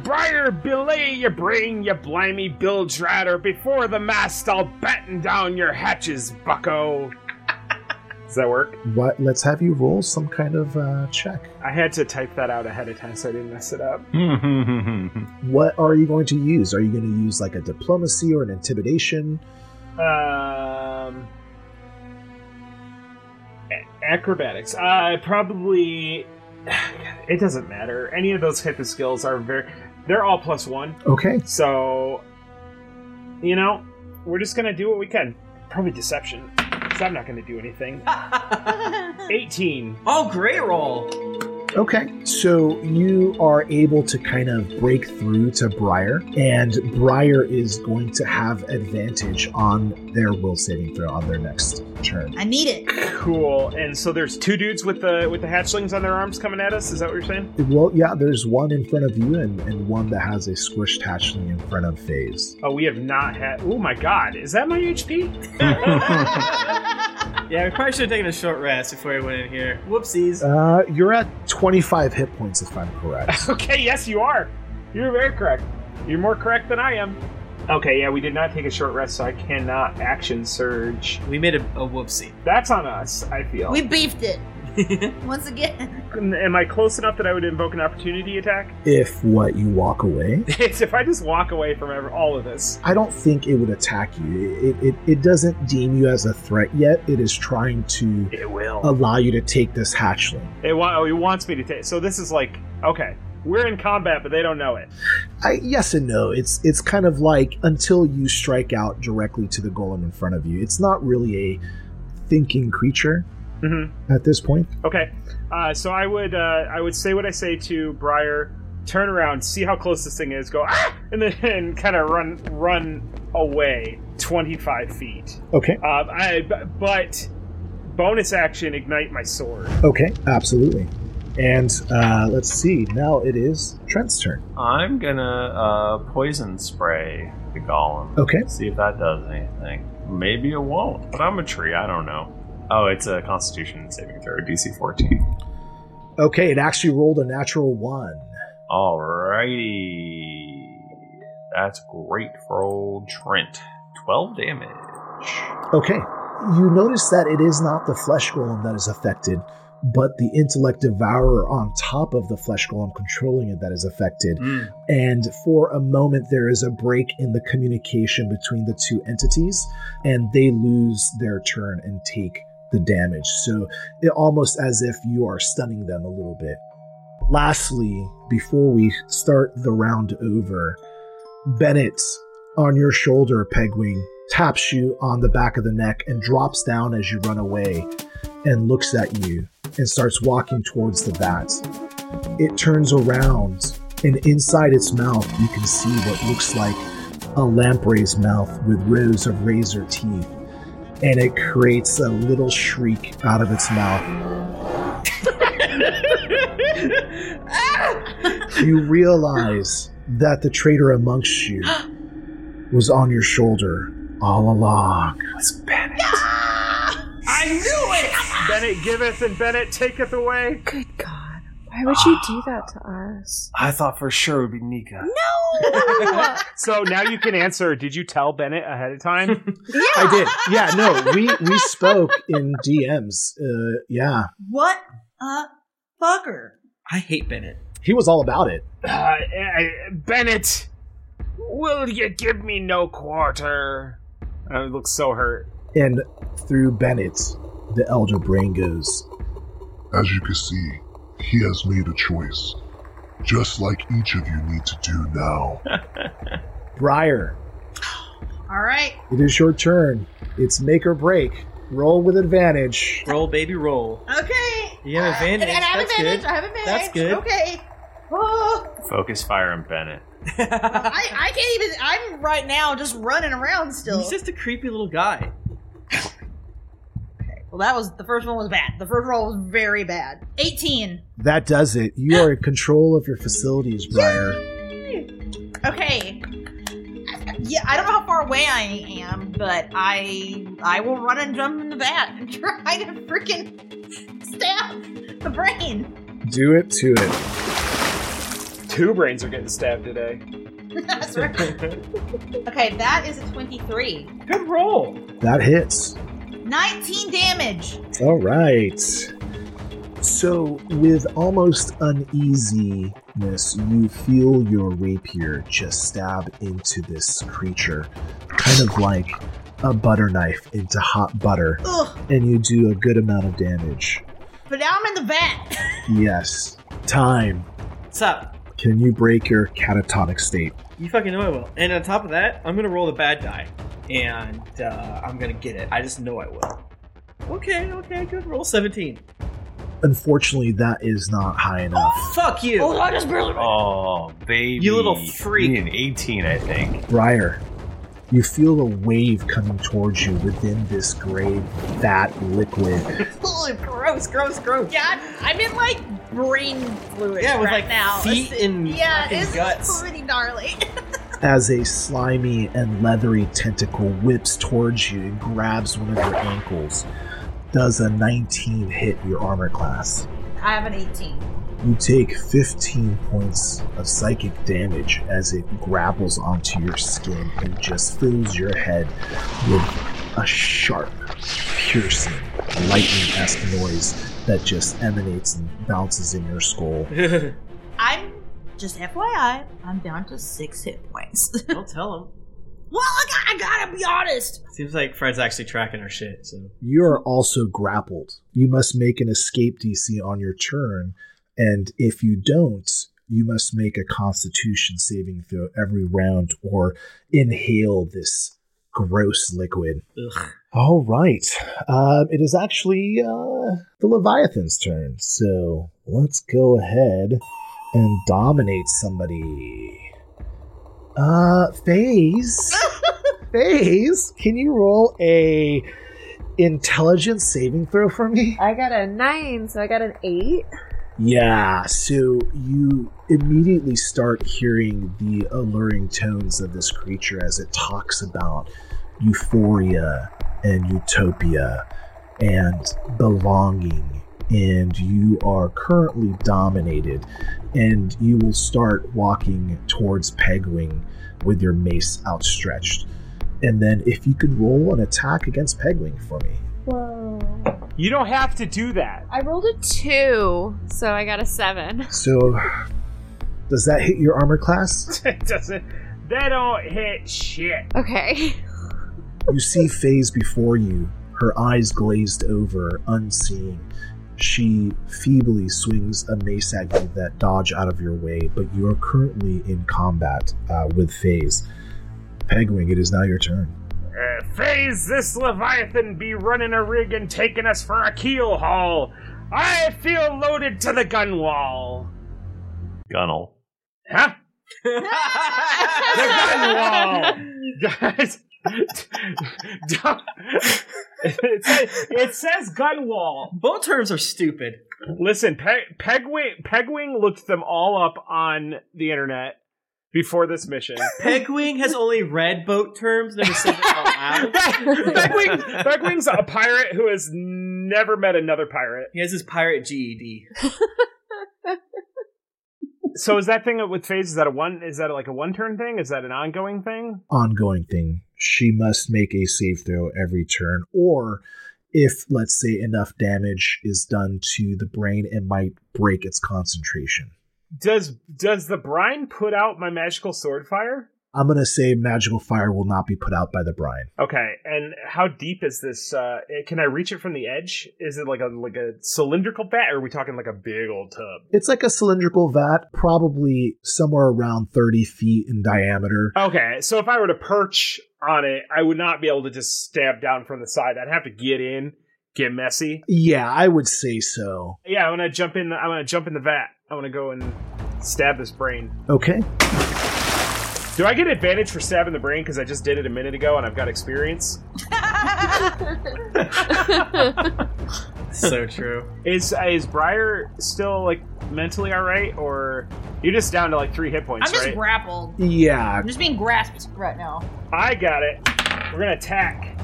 Speaker 3: Briar belay your brain, you blimey bilge-ratter. Before the mast, I'll batten down your hatches, bucko. Does that work?
Speaker 4: What? Let's have you roll some kind of uh, check.
Speaker 3: I had to type that out ahead of time so I didn't mess it up.
Speaker 11: Mm-hmm.
Speaker 4: What are you going to use? Are you going to use like a diplomacy or an intimidation?
Speaker 3: Um, a- acrobatics. Uh, probably. It doesn't matter. Any of those HIPAA skills are very. They're all plus one.
Speaker 4: Okay.
Speaker 3: So, you know, we're just gonna do what we can. Probably deception. Cause I'm not gonna do anything. 18.
Speaker 6: Oh, great roll.
Speaker 4: Okay. So you are able to kind of break through to Briar, and Briar is going to have advantage on their will saving throw on their next turn.
Speaker 5: I need it.
Speaker 3: Cool. And so there's two dudes with the with the hatchlings on their arms coming at us. Is that what you're saying?
Speaker 4: Well, yeah, there's one in front of you and, and one that has a squished hatchling in front of FaZe.
Speaker 3: Oh, we have not had. Oh my God, is that my HP?
Speaker 4: Uh,
Speaker 6: Yeah, we probably should have taken a short rest before we went in here. Whoopsies.
Speaker 4: Uh, you're at 25 hit points, if I'm correct.
Speaker 3: okay. Yes, you are. You're very correct. You're more correct than I am. Okay, yeah, we did not take a short rest, so I cannot action surge.
Speaker 6: We made a, a whoopsie.
Speaker 3: That's on us, I feel.
Speaker 5: We beefed it. Once again.
Speaker 3: Am I close enough that I would invoke an opportunity attack?
Speaker 4: If what you walk away,
Speaker 3: It's if I just walk away from ever, all of this.
Speaker 4: I don't think it would attack you. It, it, it doesn't deem you as a threat yet. It is trying to
Speaker 3: It will.
Speaker 4: allow you to take this hatchling.
Speaker 3: It, wa- oh, it wants me to take. So this is like, okay, we're in combat, but they don't know it.
Speaker 4: I, yes and no. It's it's kind of like until you strike out directly to the golem in front of you. It's not really a thinking creature
Speaker 3: hmm
Speaker 4: at this point.
Speaker 3: Okay, uh, so I would uh, I would say what I say to Briar. Turn around, see how close this thing is. Go, ah! and then and kind of run run away twenty five feet.
Speaker 4: Okay.
Speaker 3: Um, I b- but bonus action ignite my sword.
Speaker 4: Okay, absolutely. And uh, let's see. Now it is Trent's turn.
Speaker 1: I'm gonna uh, poison spray the golem.
Speaker 4: Okay.
Speaker 1: See if that does anything. Maybe it won't, but I'm a tree. I don't know. Oh, it's a Constitution saving throw, DC 14.
Speaker 4: Okay, it actually rolled a natural one.
Speaker 1: Alrighty. That's great for old Trent. 12 damage.
Speaker 4: Okay, you notice that it is not the flesh golem that is affected, but the intellect devourer on top of the flesh golem controlling it that is affected.
Speaker 6: Hmm.
Speaker 4: And for a moment, there is a break in the communication between the two entities, and they lose their turn and take the damage. So it almost as if you are stunning them a little bit. Lastly, before we start the round over, Bennett on your shoulder, Pegwing, taps you on the back of the neck and drops down as you run away and looks at you and starts walking towards the bat. It turns around, and inside its mouth, you can see what looks like a lamprey's mouth with rows of razor teeth, and it creates a little shriek out of its mouth. You realize that the traitor amongst you was on your shoulder all along.
Speaker 3: I knew it. Bennett giveth and Bennett taketh away.
Speaker 2: Good God, why would you do that to us?
Speaker 7: I thought for sure it would be Nika.
Speaker 3: so now you can answer. Did you tell Bennett ahead of time?
Speaker 4: I did. Yeah, no, we we spoke in DMs. Uh, yeah,
Speaker 5: What a fucker.
Speaker 6: I hate Bennett.
Speaker 4: he was all about it.
Speaker 3: uh, I, Bennett, will you give me no quarter? I look so hurt.
Speaker 4: And through Bennett, the elder brain goes.
Speaker 9: As you can see, he has made a choice, just like each of you need to do now.
Speaker 4: Briar,
Speaker 5: All right.
Speaker 4: it is your turn. It's make or break. Roll with advantage.
Speaker 6: Roll, baby, roll.
Speaker 5: Okay.
Speaker 6: You have
Speaker 5: And,
Speaker 6: advantage.
Speaker 5: and I have
Speaker 6: That's
Speaker 5: advantage.
Speaker 6: good.
Speaker 5: I have advantage.
Speaker 6: That's good.
Speaker 5: Okay. Oh,
Speaker 1: Focus fire on Bennett.
Speaker 5: I, I can't even. I'm right now just running around still.
Speaker 6: He's just a creepy little guy.
Speaker 5: well, that was the first one was bad. The first roll was very bad. 18.
Speaker 4: That does it. You are in control of your facilities, Briar.
Speaker 5: Okay. Yeah, I don't know how far away I am, but I I will run and jump in the bat and try to freaking stab the brain.
Speaker 4: Do it to it.
Speaker 3: Two brains are getting stabbed today.
Speaker 5: That's right. Okay, that is a 23.
Speaker 6: Good roll.
Speaker 4: That hits.
Speaker 5: 19 damage.
Speaker 4: All right. So, with almost uneasiness, you feel your rapier just stab into this creature, kind of like a butter knife into hot butter,
Speaker 5: Ugh.
Speaker 4: and you do a good amount of damage.
Speaker 5: But now I'm in the bat.
Speaker 4: Yes. Time.
Speaker 6: What's up?
Speaker 4: Can you break your catatonic state?
Speaker 6: You fucking know I will. And on top of that, I'm gonna roll the bad die, and uh, I'm gonna get it. I just know I will. Okay, okay, good roll. 17.
Speaker 4: Unfortunately, that is not high enough.
Speaker 6: Fuck you.
Speaker 5: Oh, I just barely.
Speaker 1: Oh, baby.
Speaker 6: You little freak.
Speaker 1: You need an 18, I think.
Speaker 4: Briar, you feel a wave coming towards you within this gray, fat liquid.
Speaker 5: Ugh, gross, gross, gross. Yeah, I'm- I'm in like brain fluid
Speaker 6: Yeah, with,
Speaker 5: right
Speaker 6: like,
Speaker 5: now.
Speaker 6: feet
Speaker 5: It's-
Speaker 6: and
Speaker 5: yeah,
Speaker 6: fucking
Speaker 5: it's
Speaker 6: guts.
Speaker 5: pretty gnarly.
Speaker 4: as a slimy and leathery tentacle whips towards you and grabs one of your ankles. Does a 19 hit your armor class?
Speaker 5: I have an 18.
Speaker 4: You take 15 points of psychic damage as it grapples onto your skin and just fills your head with a sharp, piercing, lightning esque noise that just emanates and bounces in your skull.
Speaker 5: I'm just FYI, I'm down to six hit points.
Speaker 6: Don't tell him.
Speaker 5: Well, I, got, I gotta be honest.
Speaker 6: Seems like Fred's actually tracking our shit. So
Speaker 4: You are also grappled. You must make an escape DC on your turn, and if you don't, you must make a constitution saving throw every round or inhale this gross liquid.
Speaker 6: Ugh.
Speaker 4: All right. Um, it is actually uh, the Leviathan's turn. So let's go ahead and dominate somebody. Uh, Phase. Phase, can you roll a intelligence saving throw for me?
Speaker 2: I got a nine, so I got an eight.
Speaker 4: Yeah, so you immediately start hearing the alluring tones of this creature as it talks about euphoria and utopia and belonging. And you are currently dominated, and you will start walking towards Pegwing with your mace outstretched. And then, if you could roll an attack against Pegwing for me.
Speaker 2: Whoa.
Speaker 3: You don't have to do that.
Speaker 2: I rolled a two, so I got a seven.
Speaker 4: So, does that hit your armor class?
Speaker 3: it doesn't. They don't hit shit.
Speaker 2: Okay.
Speaker 4: You see Faze before you, her eyes glazed over, unseeing. She feebly swings a mace at you that dodge out of your way, but you are currently in combat uh, with Faze. Pegwing, it is now your turn.
Speaker 3: Uh, phase this Leviathan be running a rig and taking us for a keel haul. I feel loaded to the gun wall.
Speaker 1: Gunnel.
Speaker 3: Huh? the gun wall. Guys. don't- it, says, it says gun wall.
Speaker 6: Both terms are stupid.
Speaker 3: Listen, Pe- Pegwing, Pegwing looked them all up on the internet before this mission.
Speaker 6: Pegwing has only read boat terms, never said it out loud.
Speaker 3: Pegwing, Pegwing's a pirate who has never met another pirate.
Speaker 6: He has his pirate E GED.
Speaker 3: So is that thing with phase? Is that a one? Is that like a one turn thing? Is that an ongoing thing?
Speaker 4: Ongoing thing. She must make a save throw every turn, or if, let's say, enough damage is done to the brain, it might break its concentration.
Speaker 3: Does does the brine put out my magical sword fire?
Speaker 4: I'm going to say magical fire will not be put out by the brine.
Speaker 3: Okay, and how deep is this? Uh, eh, can I reach it from the edge? Is it like a like a cylindrical bat, or are we talking like a big old tub?
Speaker 4: It's like a cylindrical vat, probably somewhere around 30 feet in diameter.
Speaker 3: Okay, so if I were to perch on it, I would not be able to just stab down from the side. I'd have to get in, get messy.
Speaker 4: Yeah, I would say so.
Speaker 3: Yeah, I want to jump in. The, I want to jump in the vat. I want to go and stab this brain.
Speaker 4: Okay.
Speaker 3: Do I get advantage for stabbing the brain because I just did it a minute ago and I've got experience?
Speaker 6: so true.
Speaker 3: Is is Briar still like mentally all right, or you're just down to like three hit points,
Speaker 5: I'm just
Speaker 3: right?
Speaker 5: grappled.
Speaker 4: Yeah.
Speaker 5: I'm just being grasped right now.
Speaker 3: I got it. We're gonna attack.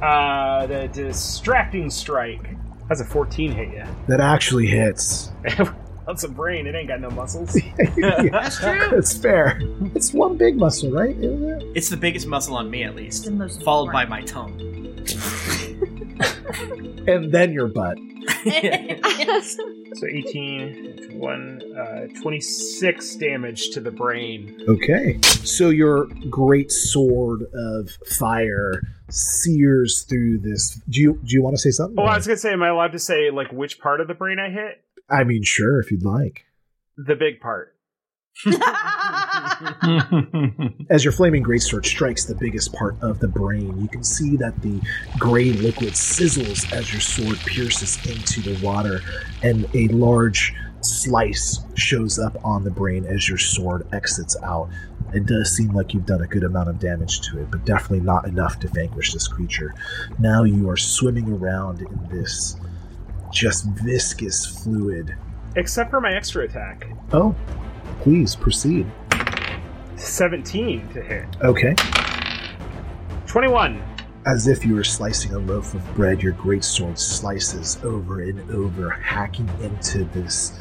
Speaker 3: Uh, the distracting strike. That's a 14 hit you.
Speaker 4: That actually hits.
Speaker 3: That's a brain. It ain't got no muscles.
Speaker 4: That's true. It's fair. It's one big muscle, right? Isn't it?
Speaker 6: It's the biggest muscle on me, at least. Followed by my tongue.
Speaker 4: And then your butt.
Speaker 3: So 18, one, uh, 26 damage to the brain.
Speaker 4: Okay. So your great sword of fire sears through this. Do you do you want to say something?
Speaker 3: Oh, I was gonna say, am I allowed to say like which part of the brain I hit?
Speaker 4: I mean, sure, if you'd like.
Speaker 3: The big part.
Speaker 4: As your flaming greatsword strikes the biggest part of the brain, you can see that the gray liquid sizzles as your sword pierces into the water, and a large slice shows up on the brain as your sword exits out. It does seem like you've done a good amount of damage to it, but definitely not enough to vanquish this creature. Now you are swimming around in this just viscous fluid.
Speaker 3: Except for my extra attack.
Speaker 4: Oh, please proceed.
Speaker 3: 17 to hit.
Speaker 4: Okay.
Speaker 3: 21.
Speaker 4: As if you were slicing a loaf of bread, your greatsword slices over and over, hacking into this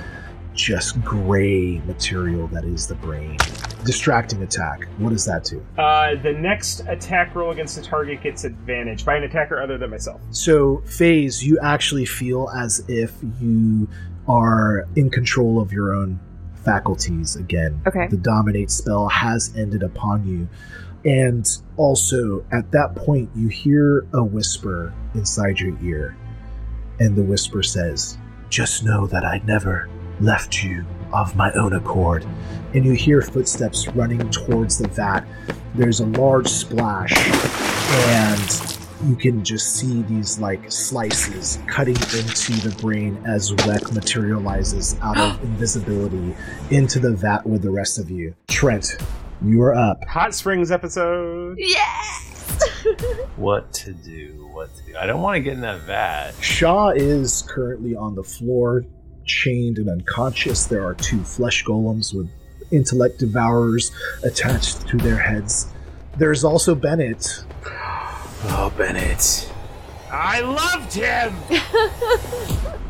Speaker 4: just gray material that is the brain. Distracting attack. What does that do?
Speaker 3: Uh, the next attack roll against the target gets advantage by an attacker other than myself.
Speaker 4: So, phase, you actually feel as if you are in control of your own faculties again.
Speaker 2: Okay.
Speaker 4: The dominate spell has ended upon you. And also, at that point, you hear a whisper inside your ear. And the whisper says, Just know that I never left you of my own accord. And you hear footsteps running towards the vat. There's a large splash, and you can just see these like slices cutting into the brain as Weck materializes out of invisibility into the vat with the rest of you. Trent, you are up.
Speaker 3: Hot Springs episode.
Speaker 2: Yes.
Speaker 1: What to do? What to do? I don't want to get in that vat.
Speaker 4: Shaw is currently on the floor, chained and unconscious. There are two flesh golems with intellect devourers attached to their heads. There's also Bennett.
Speaker 1: Oh, Bennett.
Speaker 3: I loved him.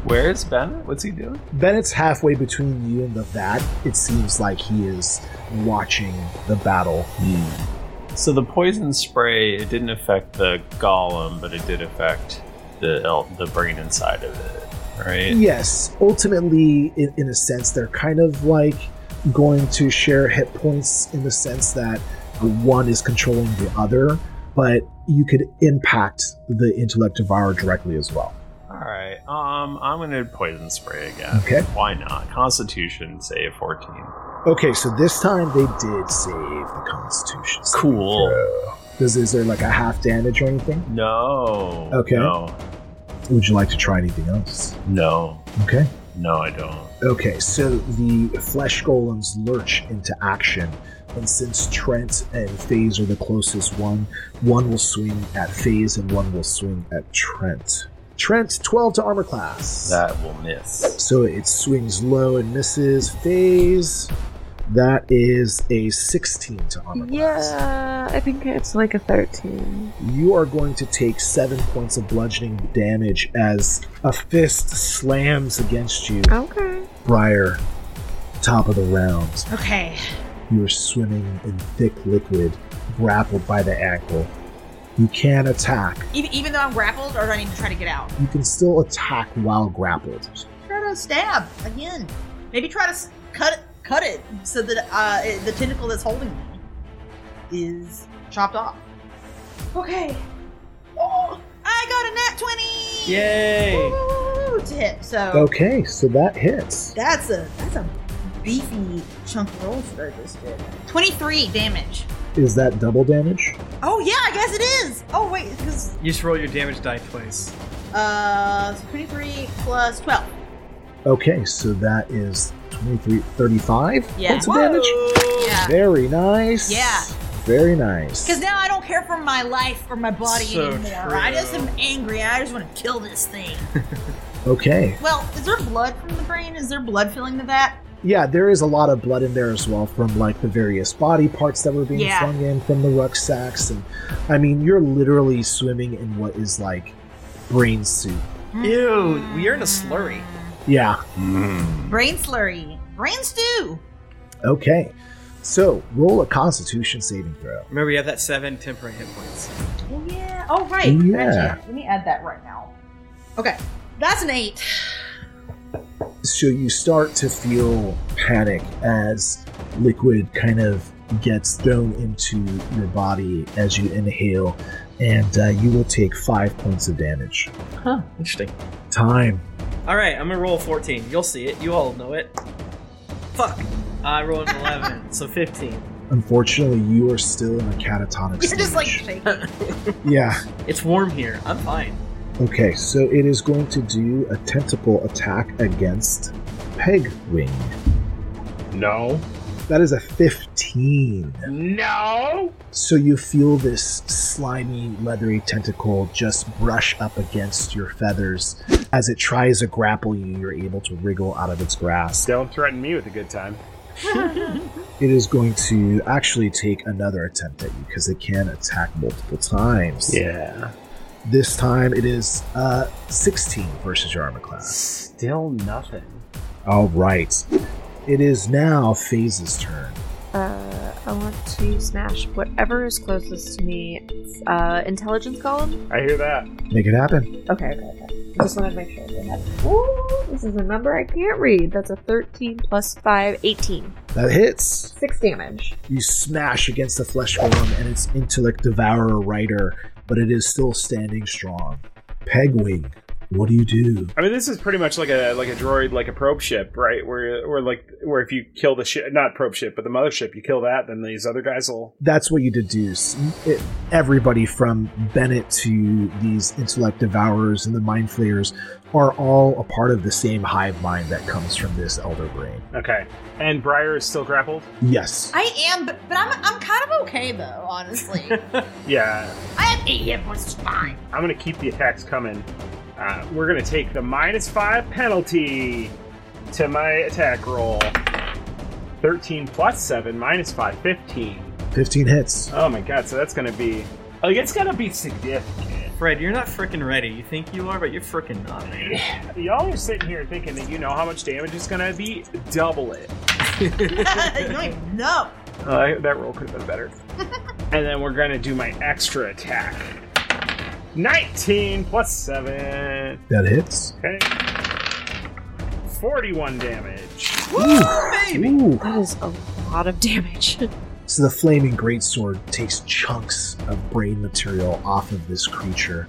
Speaker 1: Where is Bennett? What's he doing?
Speaker 4: Bennett's halfway between you and the vat. It seems like he is watching the battle.
Speaker 1: Hmm. So the poison spray it didn't affect the golem, but it did affect the el- the brain inside of it, right?
Speaker 4: Yes, ultimately, in, in a sense, they're kind of like going to share hit points in the sense that one is controlling the other, but you could impact the intellect devourer directly as well.
Speaker 1: All right. Um, I'm gonna poison spray again.
Speaker 4: Okay.
Speaker 1: Why not? Constitution save 14.
Speaker 4: Okay, so this time they did save the Constitution. saving
Speaker 1: Cool.
Speaker 4: throw. Does is there like a half damage or anything?
Speaker 1: No.
Speaker 4: Okay.
Speaker 1: No.
Speaker 4: Would you like to try anything else?
Speaker 1: No.
Speaker 4: Okay.
Speaker 1: No, I don't.
Speaker 4: Okay, so the flesh golems lurch into action, and since Trent and FaZe are the closest one, one will swing at FaZe and one will swing at Trent. Trent, 12 to armor class.
Speaker 1: That will miss.
Speaker 4: So it swings low and misses. FaZe, that is a 16 to armor
Speaker 2: Yeah, I think it's like a 13.
Speaker 4: you are going to take seven points of bludgeoning damage as a fist slams against you.
Speaker 2: Okay.
Speaker 4: Briar, top of the round.
Speaker 5: Okay.
Speaker 4: You are swimming in thick liquid, grappled by the ankle. You can attack.
Speaker 5: Even, even though I'm grappled, or do I need to try to get out?
Speaker 4: You can still attack while grappled.
Speaker 5: Try to stab again. Maybe try to s- cut it, cut it so that uh, it- the tentacle that's holding me is chopped off. Okay. Oh, I got a nat twenty.
Speaker 6: Yay!
Speaker 5: Woo, to hit. So
Speaker 4: Okay, so that hits.
Speaker 5: that's a that's a beefy chunk of rolls that I just did. Twenty three damage.
Speaker 4: Is that double damage?
Speaker 5: Oh yeah, I guess it is. Oh wait, because
Speaker 6: You just roll your damage die twice.
Speaker 5: uh, twenty three plus twelve.
Speaker 4: Okay, so that is 23, 35
Speaker 5: Yeah.
Speaker 4: points of damage.
Speaker 5: Yeah.
Speaker 4: Very nice.
Speaker 5: Yeah.
Speaker 4: Very nice.
Speaker 5: Because now I don't care for my life or my body
Speaker 4: So
Speaker 5: anymore.
Speaker 4: true.
Speaker 5: I just am angry. I just want to kill this thing.
Speaker 4: Okay.
Speaker 5: well, is there blood from the brain? Is there blood filling the vat?
Speaker 4: Yeah, there is a lot of blood in there as well from like the various body parts that were being
Speaker 5: Yeah.
Speaker 4: flung in from the rucksacks, and I mean, you're literally swimming in what is like brain soup.
Speaker 6: Ew, you're in a slurry.
Speaker 4: Yeah.
Speaker 5: Brain slurry. Brain stew.
Speaker 4: Okay. So roll a Constitution saving throw.
Speaker 6: Remember, you have that seven temporary hit points.
Speaker 5: Oh, yeah. Oh, right.
Speaker 4: Yeah.
Speaker 5: Gotcha. Let me add that right now. Okay. That's an eight.
Speaker 4: So you start to feel panic as liquid kind of gets thrown into your body as you inhale, and uh, you will take five points of damage.
Speaker 6: Huh. Interesting.
Speaker 4: Time.
Speaker 6: All right, I'm gonna roll 14. You'll see it. You all know it. Fuck. I rolled an 11, so 15.
Speaker 4: Unfortunately, you are still in a catatonic
Speaker 5: You're
Speaker 4: state.
Speaker 5: just like shaking.
Speaker 4: Yeah.
Speaker 6: It's warm here. I'm fine.
Speaker 4: Okay, so it is going to do a tentacle attack against Pegwing.
Speaker 3: No.
Speaker 4: That is a 15.
Speaker 3: No.
Speaker 4: So you feel this slimy, leathery tentacle just brush up against your feathers. As it tries to grapple you, you're able to wriggle out of its grasp.
Speaker 3: Don't threaten me with a good time.
Speaker 4: It is going to actually take another attempt at you because it can attack multiple times.
Speaker 3: Yeah.
Speaker 4: This time it is uh, 16 versus your armor class.
Speaker 3: Still nothing.
Speaker 4: All right. It is now Phase's turn.
Speaker 2: Uh, I want to smash whatever is closest to me. Uh, intelligence column?
Speaker 3: I hear that.
Speaker 4: Make it happen.
Speaker 2: Okay, okay, okay. Just wanted to make sure. I had- Ooh, this is a number I can't read. That's a 13 plus 5, 18.
Speaker 4: That hits.
Speaker 2: 6 damage.
Speaker 4: You smash against the flesh golem and its intellect devourer rider, but it is still standing strong. Pegwing, what do you do?
Speaker 3: I mean, this is pretty much like a like a droid, like a probe ship, right? Where where like where if you kill the ship, not probe ship, but the mothership, you kill that, then these other guys will.
Speaker 4: That's what you deduce. It, everybody from Bennett to these intellect devourers and the mind flayers are all a part of the same hive mind that comes from this elder brain.
Speaker 3: Okay, and Briar is still grappled.
Speaker 4: Yes.
Speaker 5: I am, but, but I'm, I'm kind of okay though, honestly.
Speaker 3: Yeah,
Speaker 5: I have eight hit points, it's fine.
Speaker 3: I'm gonna keep the attacks coming. Uh, we're gonna take the minus five penalty to my attack roll. 13 plus 7 minus 5 15
Speaker 4: 15 hits.
Speaker 3: oh my god so that's gonna be like it's gonna be significant
Speaker 6: Fred, you're not freaking ready. You think you are, but you're freaking not.
Speaker 3: y'all are sitting here thinking that you know how much damage it's gonna be double it
Speaker 5: you don't even know.
Speaker 3: Uh, that roll could have been better. and then we're gonna do my extra attack. 19 plus 7.
Speaker 4: That hits.
Speaker 3: Okay. 41 damage.
Speaker 4: Ooh.
Speaker 2: That is a lot of damage.
Speaker 4: So the flaming greatsword takes chunks of brain material off of this creature.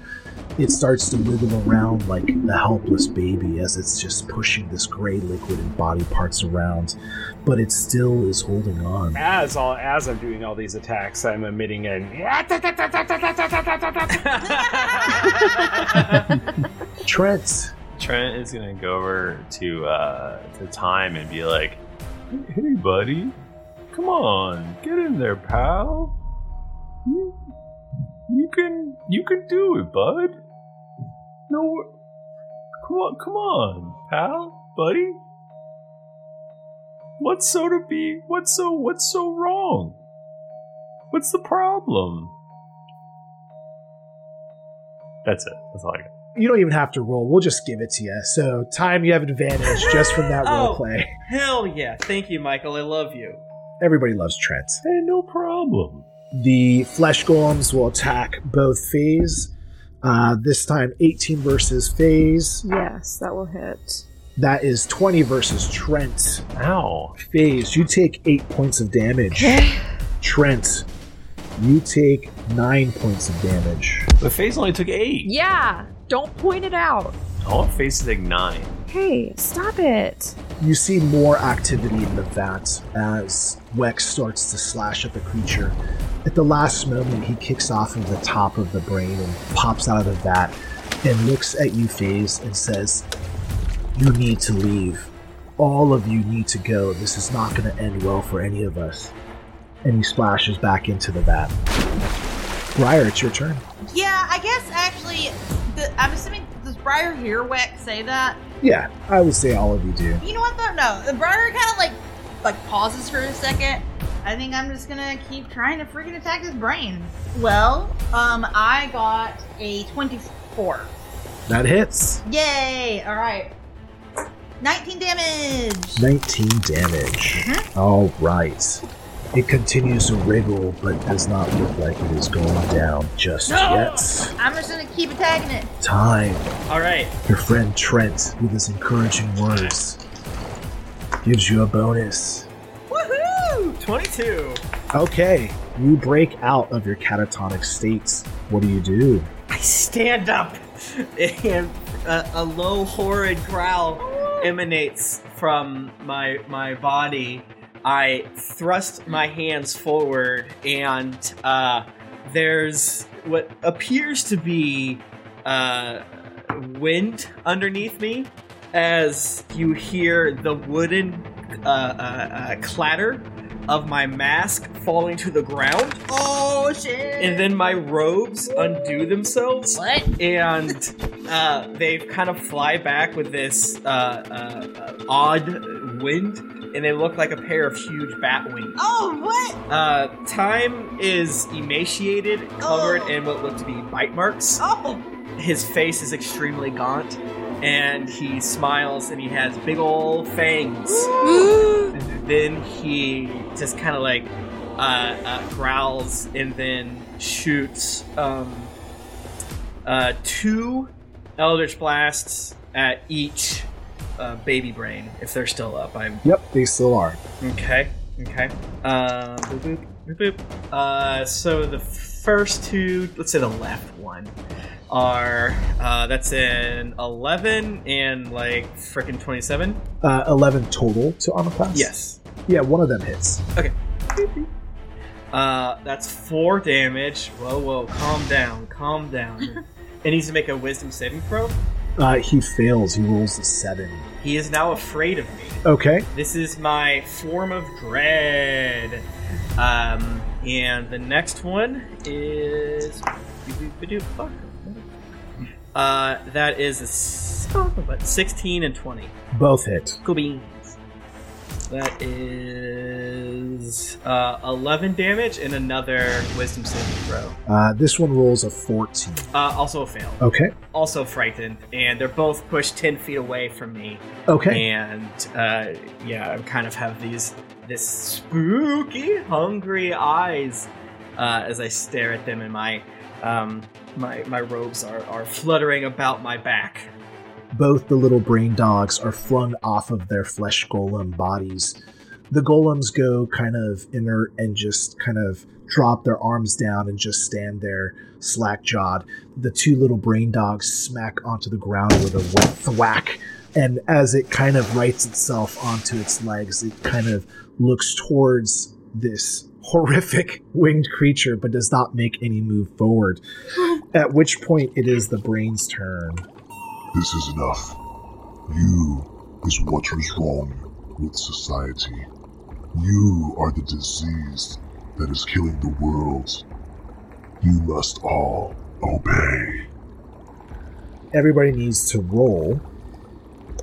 Speaker 4: It starts to wiggle around like the helpless baby as it's just pushing this gray liquid and body parts around, but it still is holding on.
Speaker 3: As all as I'm doing all these attacks, I'm emitting an
Speaker 4: Trent.
Speaker 1: Trent is gonna go over to uh, to time and be like, "Hey, buddy, come on, get in there, pal. You, you can you can do it, bud. No, come on, come on, pal, buddy. What's so to be? What's so what's so wrong? What's the problem?" That's it. That's all I got.
Speaker 4: You don't even have to roll. We'll just give it to you. So time you have advantage just from that role
Speaker 6: Oh.
Speaker 4: play.
Speaker 6: Hell yeah. Thank you, Michael. I love you.
Speaker 4: Everybody loves Trent.
Speaker 1: Hey, no problem.
Speaker 4: The flesh golems will attack both phase. Uh, this time 18 versus phase.
Speaker 2: yes, that will hit.
Speaker 4: That is 20 versus Trent.
Speaker 1: Ow.
Speaker 4: Phase, you take 8 points of damage. Trent, you take 9 points of damage.
Speaker 1: But Phase only took eight.
Speaker 2: Yeah, don't point it out.
Speaker 1: I want Phase to take nine.
Speaker 2: Hey, stop it.
Speaker 4: You see more activity in the vat as Wex starts to slash at the creature. At the last moment, he kicks off of the top of the brain and pops out of the vat and looks at you, FaZe, and says, You need to leave. All of you need to go. This is not going to end well for any of us. And he splashes back into the vat. Briar, it's your turn.
Speaker 5: Yeah, I guess actually, the, I'm assuming does Briar hear Wex say that?
Speaker 4: Yeah, I would say all of you do.
Speaker 5: You know what though? No, the Briar kind of like like pauses for a second. I think I'm just gonna keep trying to freaking attack his brain. Well, um, I got a 24.
Speaker 4: That hits.
Speaker 5: Yay! All right, 19 damage.
Speaker 4: 19 damage.
Speaker 6: Uh-huh.
Speaker 4: All right. It continues to wriggle, but does not look like it is going down just yet.
Speaker 5: I'm just gonna keep attacking it.
Speaker 4: Time.
Speaker 6: All right.
Speaker 4: Your friend Trent, with his encouraging words, gives you a bonus.
Speaker 6: Woohoo! 22.
Speaker 4: Okay, you break out of your catatonic states. What do you do?
Speaker 6: I stand up, and a, a low, horrid growl emanates from my my body. I thrust my hands forward, and uh, there's what appears to be uh, wind underneath me as you hear the wooden uh, uh, uh, clatter of my mask falling to the ground
Speaker 5: Oh shit!
Speaker 6: and then my robes undo themselves.
Speaker 5: What?
Speaker 6: And uh, they kind of fly back with this uh, uh, uh, odd wind, and they look like a pair of huge bat wings.
Speaker 5: Oh what?
Speaker 6: Uh, time is emaciated, covered in what look to be bite marks.
Speaker 5: Oh.
Speaker 6: His face is extremely gaunt, and he smiles and he has big old fangs. And then he just kind of like uh, uh, growls and then shoots um, uh, two Eldritch Blasts at each uh, baby brain if they're still up. I'm
Speaker 4: Yep, they still are.
Speaker 6: Okay. Okay. Uh, boop, boop, boop, boop. Uh, so the first two, let's say the left one, are uh, that's an eleven and like freaking twenty-seven.
Speaker 4: Uh, 11 total to armor class?
Speaker 6: Yes.
Speaker 4: Yeah, one of them hits.
Speaker 6: Okay. Uh, that's four damage. Whoa, whoa, calm down, calm down. it needs to make a Wisdom saving throw.
Speaker 4: Uh, he fails. He rolls a 7.
Speaker 6: He is now afraid of me.
Speaker 4: Okay.
Speaker 6: This is my form of dread. Um, and the next one is. Fuck. Uh, that is a s- what, 16 and 20.
Speaker 4: Both hit.
Speaker 6: Cool beans. That is uh, 11 damage and another wisdom saving throw.
Speaker 4: Uh, this one rolls a 14.
Speaker 6: Uh, also a fail.
Speaker 4: Okay.
Speaker 6: Also frightened, and they're both pushed 10 feet away from me.
Speaker 4: Okay.
Speaker 6: And uh, yeah, I kind of have these this spooky, hungry eyes uh, as I stare at them, and my um, my my robes are, are fluttering about my back.
Speaker 4: Both the little brain dogs are flung off of their flesh golem bodies. The golems go kind of inert and just kind of drop their arms down and just stand there slack jawed. The two little brain dogs smack onto the ground with a wet thwack. And as it kind of rights itself onto its legs, it kind of looks towards this horrific winged creature, but does not make any move forward. At which point, it is the brain's turn.
Speaker 9: This is enough. You is what was wrong with society. You are the disease that is killing the world. You must all obey.
Speaker 4: Everybody needs to roll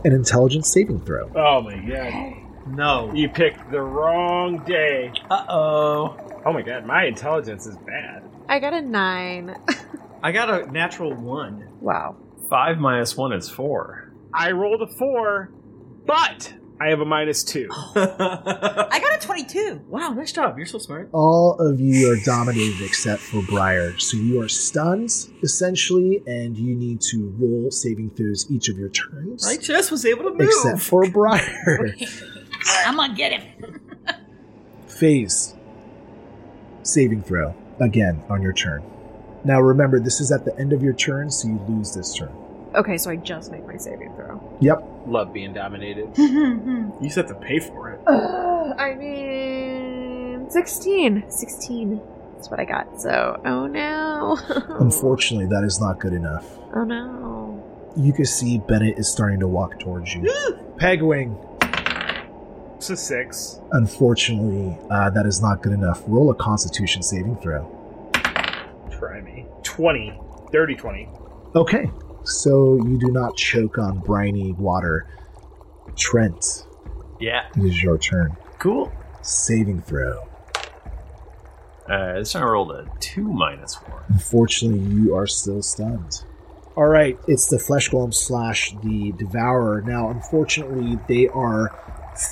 Speaker 4: an intelligence saving throw.
Speaker 3: Oh my god.
Speaker 6: No.
Speaker 3: You picked the wrong day.
Speaker 6: Uh oh.
Speaker 3: Oh my god, my intelligence is bad.
Speaker 2: I got a nine.
Speaker 6: I got a natural one.
Speaker 2: Wow.
Speaker 1: Five minus one is four.
Speaker 3: I rolled a four, but I have a minus two.
Speaker 5: I got a 22.
Speaker 6: Wow, nice job. You're so smart.
Speaker 4: All of you are dominated except for Briar, so you are stunned essentially, and you need to roll saving throws each of your turns,
Speaker 6: I just was able to move.
Speaker 4: except for Briar.
Speaker 5: I'm gonna get him.
Speaker 4: Phase saving throw again on your turn. Now remember, this is at the end of your turn, so you lose this turn.
Speaker 2: Okay, so I just make my saving throw.
Speaker 4: Yep.
Speaker 6: Love being dominated. You just have to pay for it.
Speaker 2: Ugh, I mean, 16. 16. That's what I got. So, oh no.
Speaker 4: Unfortunately, that is not good enough.
Speaker 2: oh no.
Speaker 4: You can see Bennett is starting to walk towards you. Pegwing.
Speaker 3: It's a six.
Speaker 4: Unfortunately, uh, that is not good enough. Roll a Constitution saving throw.
Speaker 3: Try me. 20. Dirty 20.
Speaker 4: Okay, so you do not choke on briny water. Trent,
Speaker 1: Yeah.
Speaker 4: it is your turn.
Speaker 1: Cool.
Speaker 4: Saving throw.
Speaker 1: Uh, this time I rolled a two minus one.
Speaker 4: Unfortunately, you are still stunned. All right, it's the flesh golem slash the devourer. Now, unfortunately, they are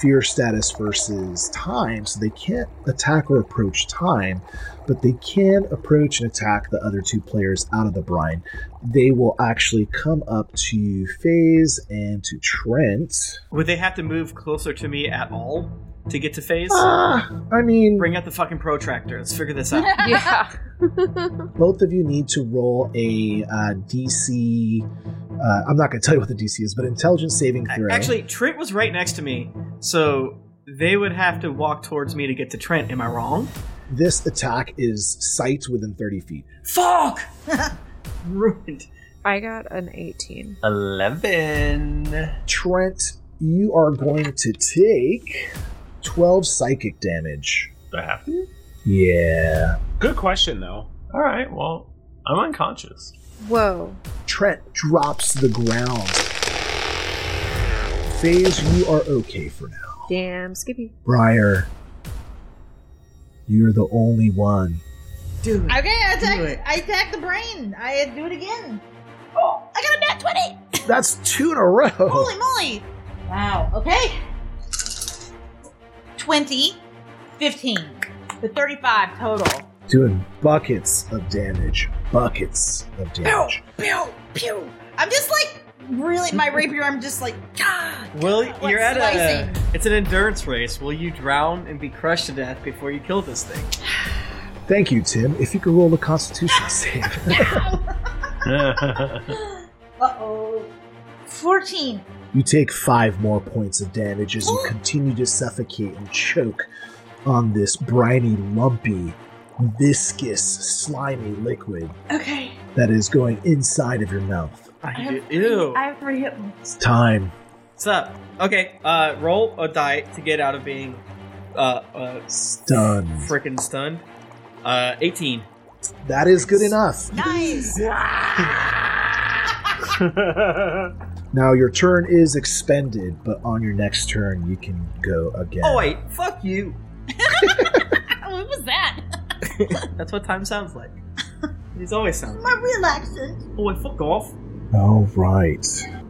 Speaker 4: fear status versus time, so they can't attack or approach time, but they can approach and attack the other two players out of the brine. They will actually come up to Phase and to Trent.
Speaker 6: Would they have to move closer to me at all to get to phase?
Speaker 4: Ah, I mean,
Speaker 6: Bring out the fucking protractor. Let's figure this out.
Speaker 2: yeah.
Speaker 4: both of you need to roll a uh, DC. Uh, I'm not going to tell you what the DC is, but intelligence saving throw.
Speaker 6: Actually, Trent was right next to me, so they would have to walk towards me to get to Trent. Am I wrong?
Speaker 4: This attack is sight within 30 feet.
Speaker 6: Fuck! Ruined.
Speaker 2: I got an 18.
Speaker 6: 11.
Speaker 4: Trent, you are going to take 12 psychic damage.
Speaker 1: Do I have to?
Speaker 4: Yeah.
Speaker 3: Good question, though.
Speaker 1: All right. Well, I'm unconscious.
Speaker 2: Whoa.
Speaker 4: Trent drops to the ground. Phase, you are okay for now.
Speaker 2: Damn, Skippy.
Speaker 4: Briar, you're the only one.
Speaker 6: Dude.
Speaker 5: Okay, I
Speaker 6: Do it.
Speaker 5: attack, I attack the brain. I do it again. Oh, I got a nat 20.
Speaker 4: That's two in a row.
Speaker 5: Holy moly! Wow. Okay. 20, 15, the 35 total.
Speaker 4: Doing buckets of damage. Buckets of
Speaker 5: Pew,
Speaker 4: damage.
Speaker 5: pew, pew. I'm just like, really, my rapier, I'm just like, God.
Speaker 6: Will
Speaker 5: What's
Speaker 6: you're at a?
Speaker 5: slicing?
Speaker 6: It's an endurance race. Will you drown and be crushed to death before you kill this thing?
Speaker 4: Thank you, Tim. If you could roll a constitution save.
Speaker 5: Uh oh. 14.
Speaker 4: You take five more points of damage as you continue to suffocate and choke on this briny, lumpy, viscous, slimy liquid
Speaker 5: Okay.
Speaker 4: that is going inside of your mouth.
Speaker 5: I have
Speaker 6: Ew.
Speaker 5: I have three hit points.
Speaker 4: Time.
Speaker 6: What's up? Okay. Uh, roll a die to get out of being, uh, uh
Speaker 4: stunned.
Speaker 6: Freaking stunned. Uh, eighteen.
Speaker 4: That is good enough.
Speaker 5: Nice.
Speaker 4: Now your turn is expended, but on your next turn you can go again.
Speaker 6: Oh wait, fuck you.
Speaker 5: what was that?
Speaker 6: That's what time sounds like. It's always sounds.
Speaker 5: My real accent.
Speaker 6: Oh wait, fuck off.
Speaker 4: All right.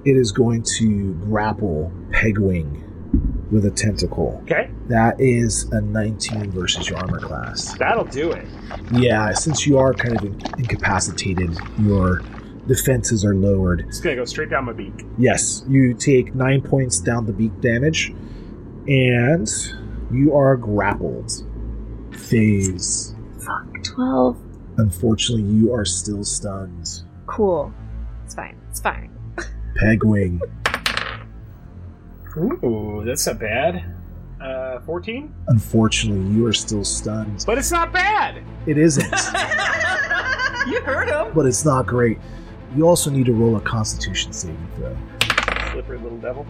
Speaker 4: It is going to grapple Pegwing with a tentacle.
Speaker 3: Okay.
Speaker 4: That is a 19 versus your armor class.
Speaker 3: That'll do it.
Speaker 4: Yeah, since you are kind of in- incapacitated, your defenses are lowered.
Speaker 3: It's gonna go straight down my beak.
Speaker 4: Yes, you take nine points down the beak damage, and you are grappled. Phase.
Speaker 2: Fuck, 12.
Speaker 4: Unfortunately, you are still stunned.
Speaker 2: Cool. It's fine. It's fine.
Speaker 4: Pegwing.
Speaker 3: Ooh, that's not bad. Uh, 14?
Speaker 4: Unfortunately, you are still stunned.
Speaker 3: But it's not bad!
Speaker 4: It isn't.
Speaker 6: You heard him.
Speaker 4: but it's not great. You also need to roll a Constitution saving throw.
Speaker 3: Slippery little devil.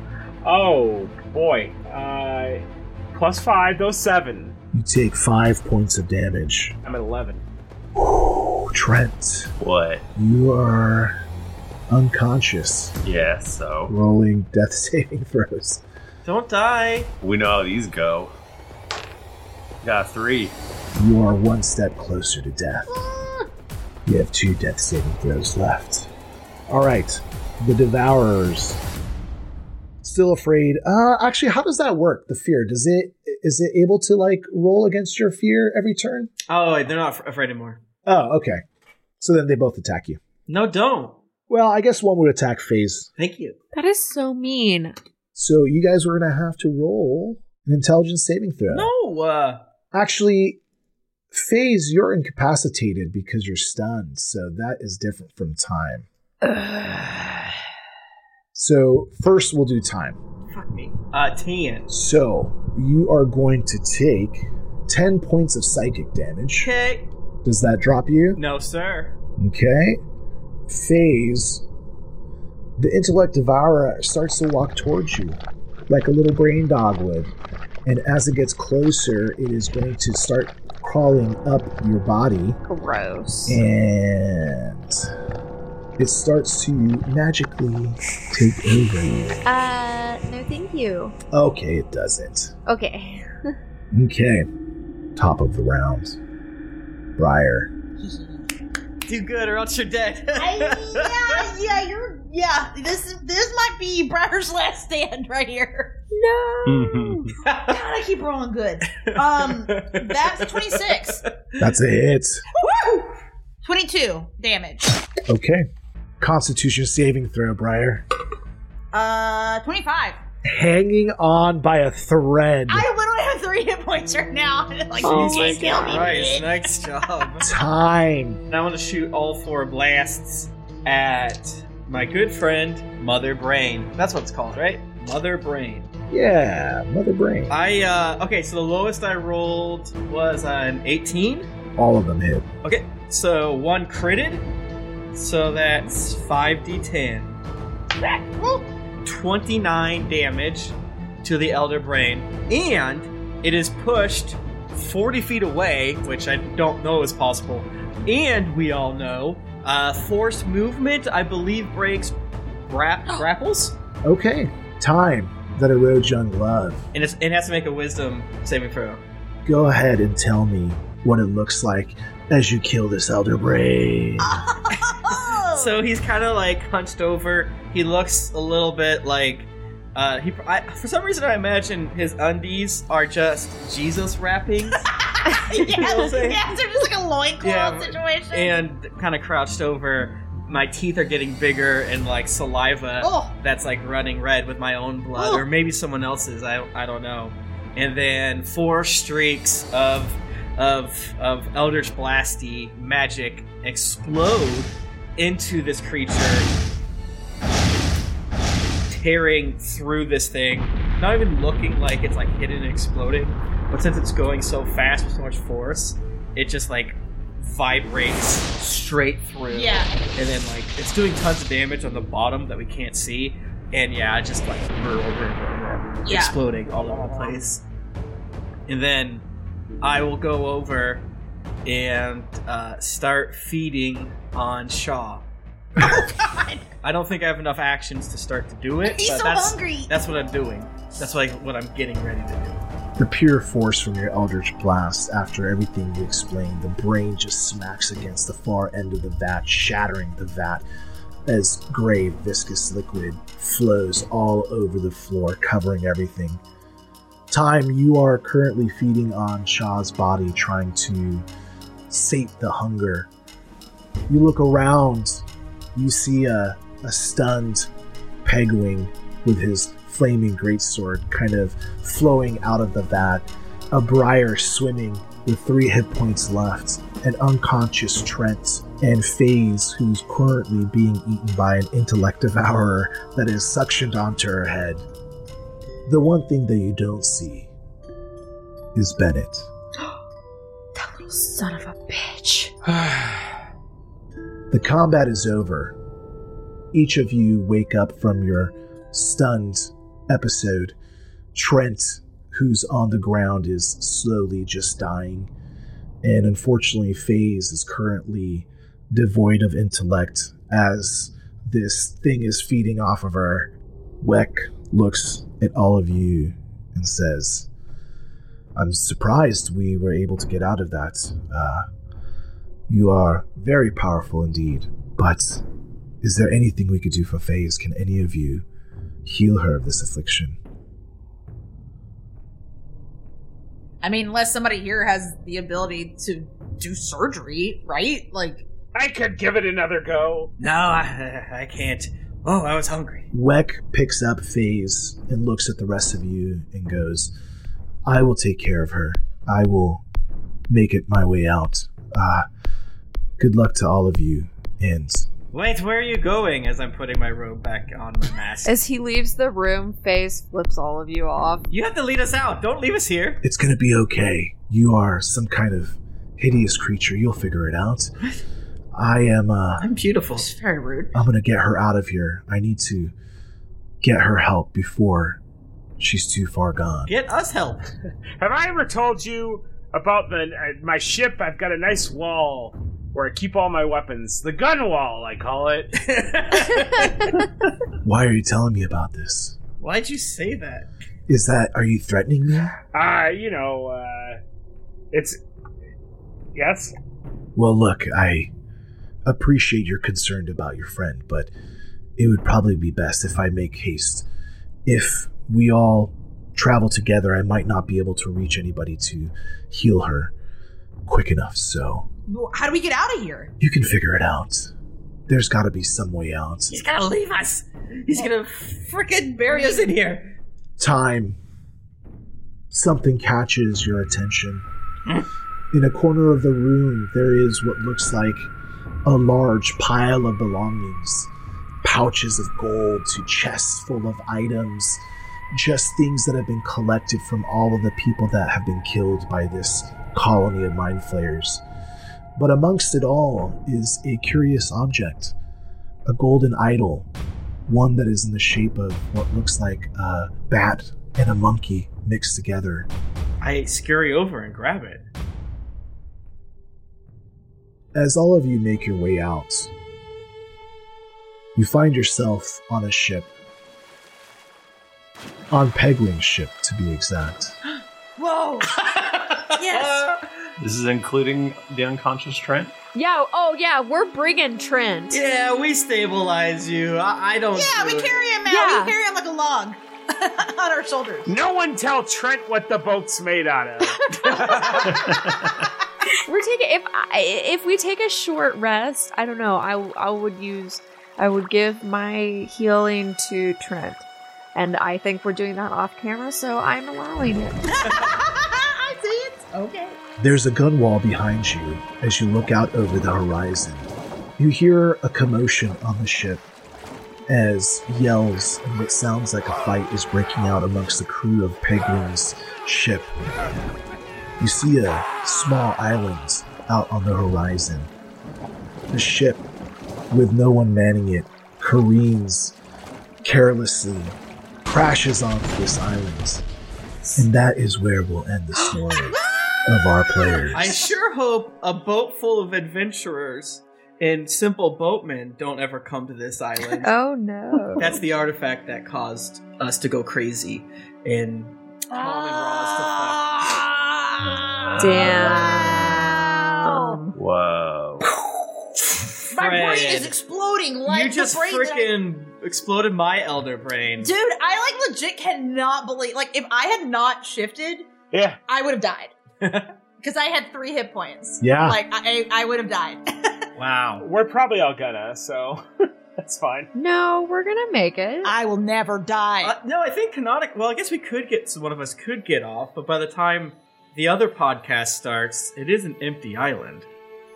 Speaker 3: Oh, boy. Uh, plus five, those seven.
Speaker 4: You take five points of damage.
Speaker 3: I'm at 11.
Speaker 4: Oh, Trent,
Speaker 1: What?
Speaker 4: you are unconscious.
Speaker 1: Yeah, so
Speaker 4: Rolling death saving throws.
Speaker 6: Don't die.
Speaker 1: we know how these go. Got three.
Speaker 4: You are one step closer to death. You have two death saving throws left. All right, the Devourers. Still afraid. Uh, actually, how does that work? The fear does it is it able to like roll against your fear every turn?
Speaker 6: Oh, wait, they're not af- afraid anymore.
Speaker 4: Oh, okay. So then they both attack you.
Speaker 6: No, don't.
Speaker 4: Well, I guess one would attack phase.
Speaker 6: Thank you.
Speaker 2: That is so mean.
Speaker 4: So you guys were gonna have to roll an intelligence saving throw.
Speaker 6: No. Uh,
Speaker 4: Actually, phase, you're incapacitated because you're stunned, so that is different from time. so first we'll do time.
Speaker 6: fuck me. Uh, ten.
Speaker 4: So you are going to take ten points of psychic damage.
Speaker 6: Okay.
Speaker 4: Does that drop you?
Speaker 6: No, sir.
Speaker 4: Okay. Phase. The intellect devourer starts to walk towards you like a little brain dog would. And as it gets closer, it is going to start crawling up your body.
Speaker 2: Gross.
Speaker 4: And it starts to magically take over you.
Speaker 2: Uh, no, thank you.
Speaker 4: Okay, it doesn't.
Speaker 2: Okay.
Speaker 4: Okay. Top of the round. Briar.
Speaker 6: Do good or else you're dead.
Speaker 5: yeah, yeah, you're. Yeah, this this might be Briar's last stand right here. No.
Speaker 4: Mm-hmm.
Speaker 5: God, I keep rolling good. Um, that's 26.
Speaker 4: That's a hit.
Speaker 5: Woo! 22 damage.
Speaker 4: Okay. Constitution saving throw, Briar.
Speaker 5: Uh, 25.
Speaker 4: hanging on by a thread.
Speaker 5: I literally have three hit points right now. like,
Speaker 6: Oh
Speaker 5: you
Speaker 6: my
Speaker 5: can't kill me.
Speaker 6: Christ, nice job.
Speaker 4: Time.
Speaker 6: And I want to shoot all four blasts at my good friend, Mother Brain. That's what it's called, right? Mother Brain.
Speaker 4: Yeah, mother brain.
Speaker 6: I, uh, okay, so the lowest I rolled was an 18.
Speaker 4: All of them hit.
Speaker 6: Okay, so one critted. So that's 5d10. 29 damage to the Elder Brain. And it is pushed 40 feet away, which I don't know is possible. And we all know uh, forced movement, I believe, breaks grap- grapples.
Speaker 4: Okay. Time that erodes young love.
Speaker 6: And it's, it has to make a wisdom saving throw.
Speaker 4: Go ahead and tell me what it looks like as you kill this elder brain.
Speaker 6: So he's kind of like hunched over. He looks a little bit like uh, he. I, for some reason, I imagine his undies are just Jesus wrappings.
Speaker 5: yeah,
Speaker 6: know what I'm saying?
Speaker 5: yeah, they're just like a loincloth
Speaker 6: Yeah,
Speaker 5: situation.
Speaker 6: and kind of crouched over. My teeth are getting bigger and like saliva
Speaker 5: Oh.
Speaker 6: that's like running red with my own blood,
Speaker 5: Oh.
Speaker 6: or maybe someone else's. I, I don't know. And then four streaks of of of Elder's Blasty magic explode into this creature, tearing through this thing. Not even looking like it's like hidden and exploding, but since it's going so fast with so much force, it just like vibrates straight through.
Speaker 5: Yeah.
Speaker 6: And then like it's doing tons of damage on the bottom that we can't see. And yeah, it just like
Speaker 5: Yeah.
Speaker 6: exploding all over the place. And then I will go over and uh, start feeding on Shaw. I don't think I have enough actions to start to do it.
Speaker 5: Oh, He's
Speaker 6: but
Speaker 5: so
Speaker 6: that's,
Speaker 5: hungry.
Speaker 6: That's what I'm doing. That's like what I'm getting ready to do.
Speaker 4: The pure force from your Eldritch Blast, after everything you explained, the brain just smacks against the far end of the vat, shattering the vat as gray, viscous liquid flows all over the floor, covering everything. Time, you are currently feeding on Shah's body, trying to sate the hunger. You look around, you see a, a stunned Pegwing with his flaming greatsword kind of flowing out of the vat, a briar swimming with three hit points left, an unconscious Trent, and FaZe, who's currently being eaten by an intellect devourer that is suctioned onto her head. The one thing that you don't see is Bennett.
Speaker 2: You son of a bitch.
Speaker 4: The combat is over. Each of you wake up from your stunned episode. Trent, who's on the ground, is slowly just dying. And unfortunately, FaZe is currently devoid of intellect as this thing is feeding off of her. Weck looks at all of you and says, I'm surprised we were able to get out of that. Uh, you are very powerful indeed. But is there anything we could do for FaZe? Can any of you heal her of this affliction?
Speaker 5: I mean, unless somebody here has the ability to do surgery, right? Like,
Speaker 3: I could give it another go.
Speaker 6: No, I, I can't. Oh, I was hungry.
Speaker 4: Weck picks up FaZe and looks at the rest of you and goes, I will take care of her. I will make it my way out. Ah, good luck to all of you. And
Speaker 6: Wait, where are you going? As I'm putting my robe back on my mask.
Speaker 2: As he leaves the room, FaZe flips all of you off.
Speaker 6: You have to lead us out. Don't leave us here.
Speaker 4: it's going to be okay. You are some kind of hideous creature. You'll figure it out. I am, uh.
Speaker 6: I'm beautiful.
Speaker 5: It's very rude.
Speaker 4: I'm gonna get her out of here. I need to get her help before she's too far gone.
Speaker 6: Get us help.
Speaker 3: Have I ever told you about the uh, my ship? I've got a nice wall where I keep all my weapons. The gun wall, I call it.
Speaker 4: Why are you telling me about this?
Speaker 6: Why'd you say that?
Speaker 4: Is that are you threatening me?
Speaker 3: Uh, you know, uh, it's yes.
Speaker 4: Well, look, I appreciate you're concerned about your friend, but it would probably be best if I make haste. If we all travel together, I might not be able to reach anybody to heal her quick enough, so
Speaker 5: well, how do we get out of here?
Speaker 4: you can figure it out. There's got to be some way out.
Speaker 6: He's gonna leave us. He's gonna freaking bury us in here.
Speaker 4: time, something catches your attention. In a corner of the room, there is what looks like a large pile of belongings pouches of gold to chests full of items, just things that have been collected from all of the people that have been killed by this colony of mind flayers. But amongst it all is a curious object a golden idol, one that is in the shape of what looks like a bat and a monkey mixed together.
Speaker 6: I scurry over and grab it.
Speaker 4: As all of you make your way out, you find yourself on a ship. On Pegwing's ship, to be exact.
Speaker 5: Whoa! yes!
Speaker 1: This is including the unconscious Trent.
Speaker 2: Yeah. Oh, yeah. We're bringing Trent.
Speaker 6: Yeah, we stabilize you. I, I don't.
Speaker 5: Yeah, we
Speaker 6: do it.
Speaker 5: carry him out.
Speaker 2: Yeah.
Speaker 5: We carry him like a log on our shoulders.
Speaker 3: No one tell Trent what the boat's made out of.
Speaker 2: We're taking if I, if we take a short rest. I don't know. I I would use. I would give my healing to Trent, and I think we're doing that off camera, so I'm allowing it.
Speaker 5: I see it. Okay.
Speaker 4: There's a gun wall behind you as you look out over the horizon. You hear a commotion on the ship as yells and what sounds like a fight is breaking out amongst the crew of Penguin's ship. You see a small island out on the horizon. The ship, with no one manning it, careens carelessly, crashes onto this island. And that is where we'll end the story of our players.
Speaker 6: I sure hope a boat full of adventurers and simple boatmen don't ever come to this island.
Speaker 2: oh no.
Speaker 6: That's the artifact that caused us to go crazy and Colin Ross to fuck.
Speaker 2: Damn.
Speaker 1: Wow.
Speaker 5: My brain
Speaker 6: Fred,
Speaker 5: is exploding like
Speaker 6: you just
Speaker 5: the brain that I-
Speaker 6: freaking exploded my elder brain.
Speaker 5: Dude, I like legit cannot believe like if I had not shifted,
Speaker 3: Yeah.
Speaker 5: I would have died. Because I had three hit points.
Speaker 3: Yeah.
Speaker 5: Like I I would have died.
Speaker 6: Wow.
Speaker 3: We're probably all gonna, so that's fine.
Speaker 2: No, we're gonna make it.
Speaker 5: I will never die.
Speaker 6: Uh, no, I think canonic. Well, I guess we could get so one of us could get off, but by the time the other podcast starts, it is an empty island.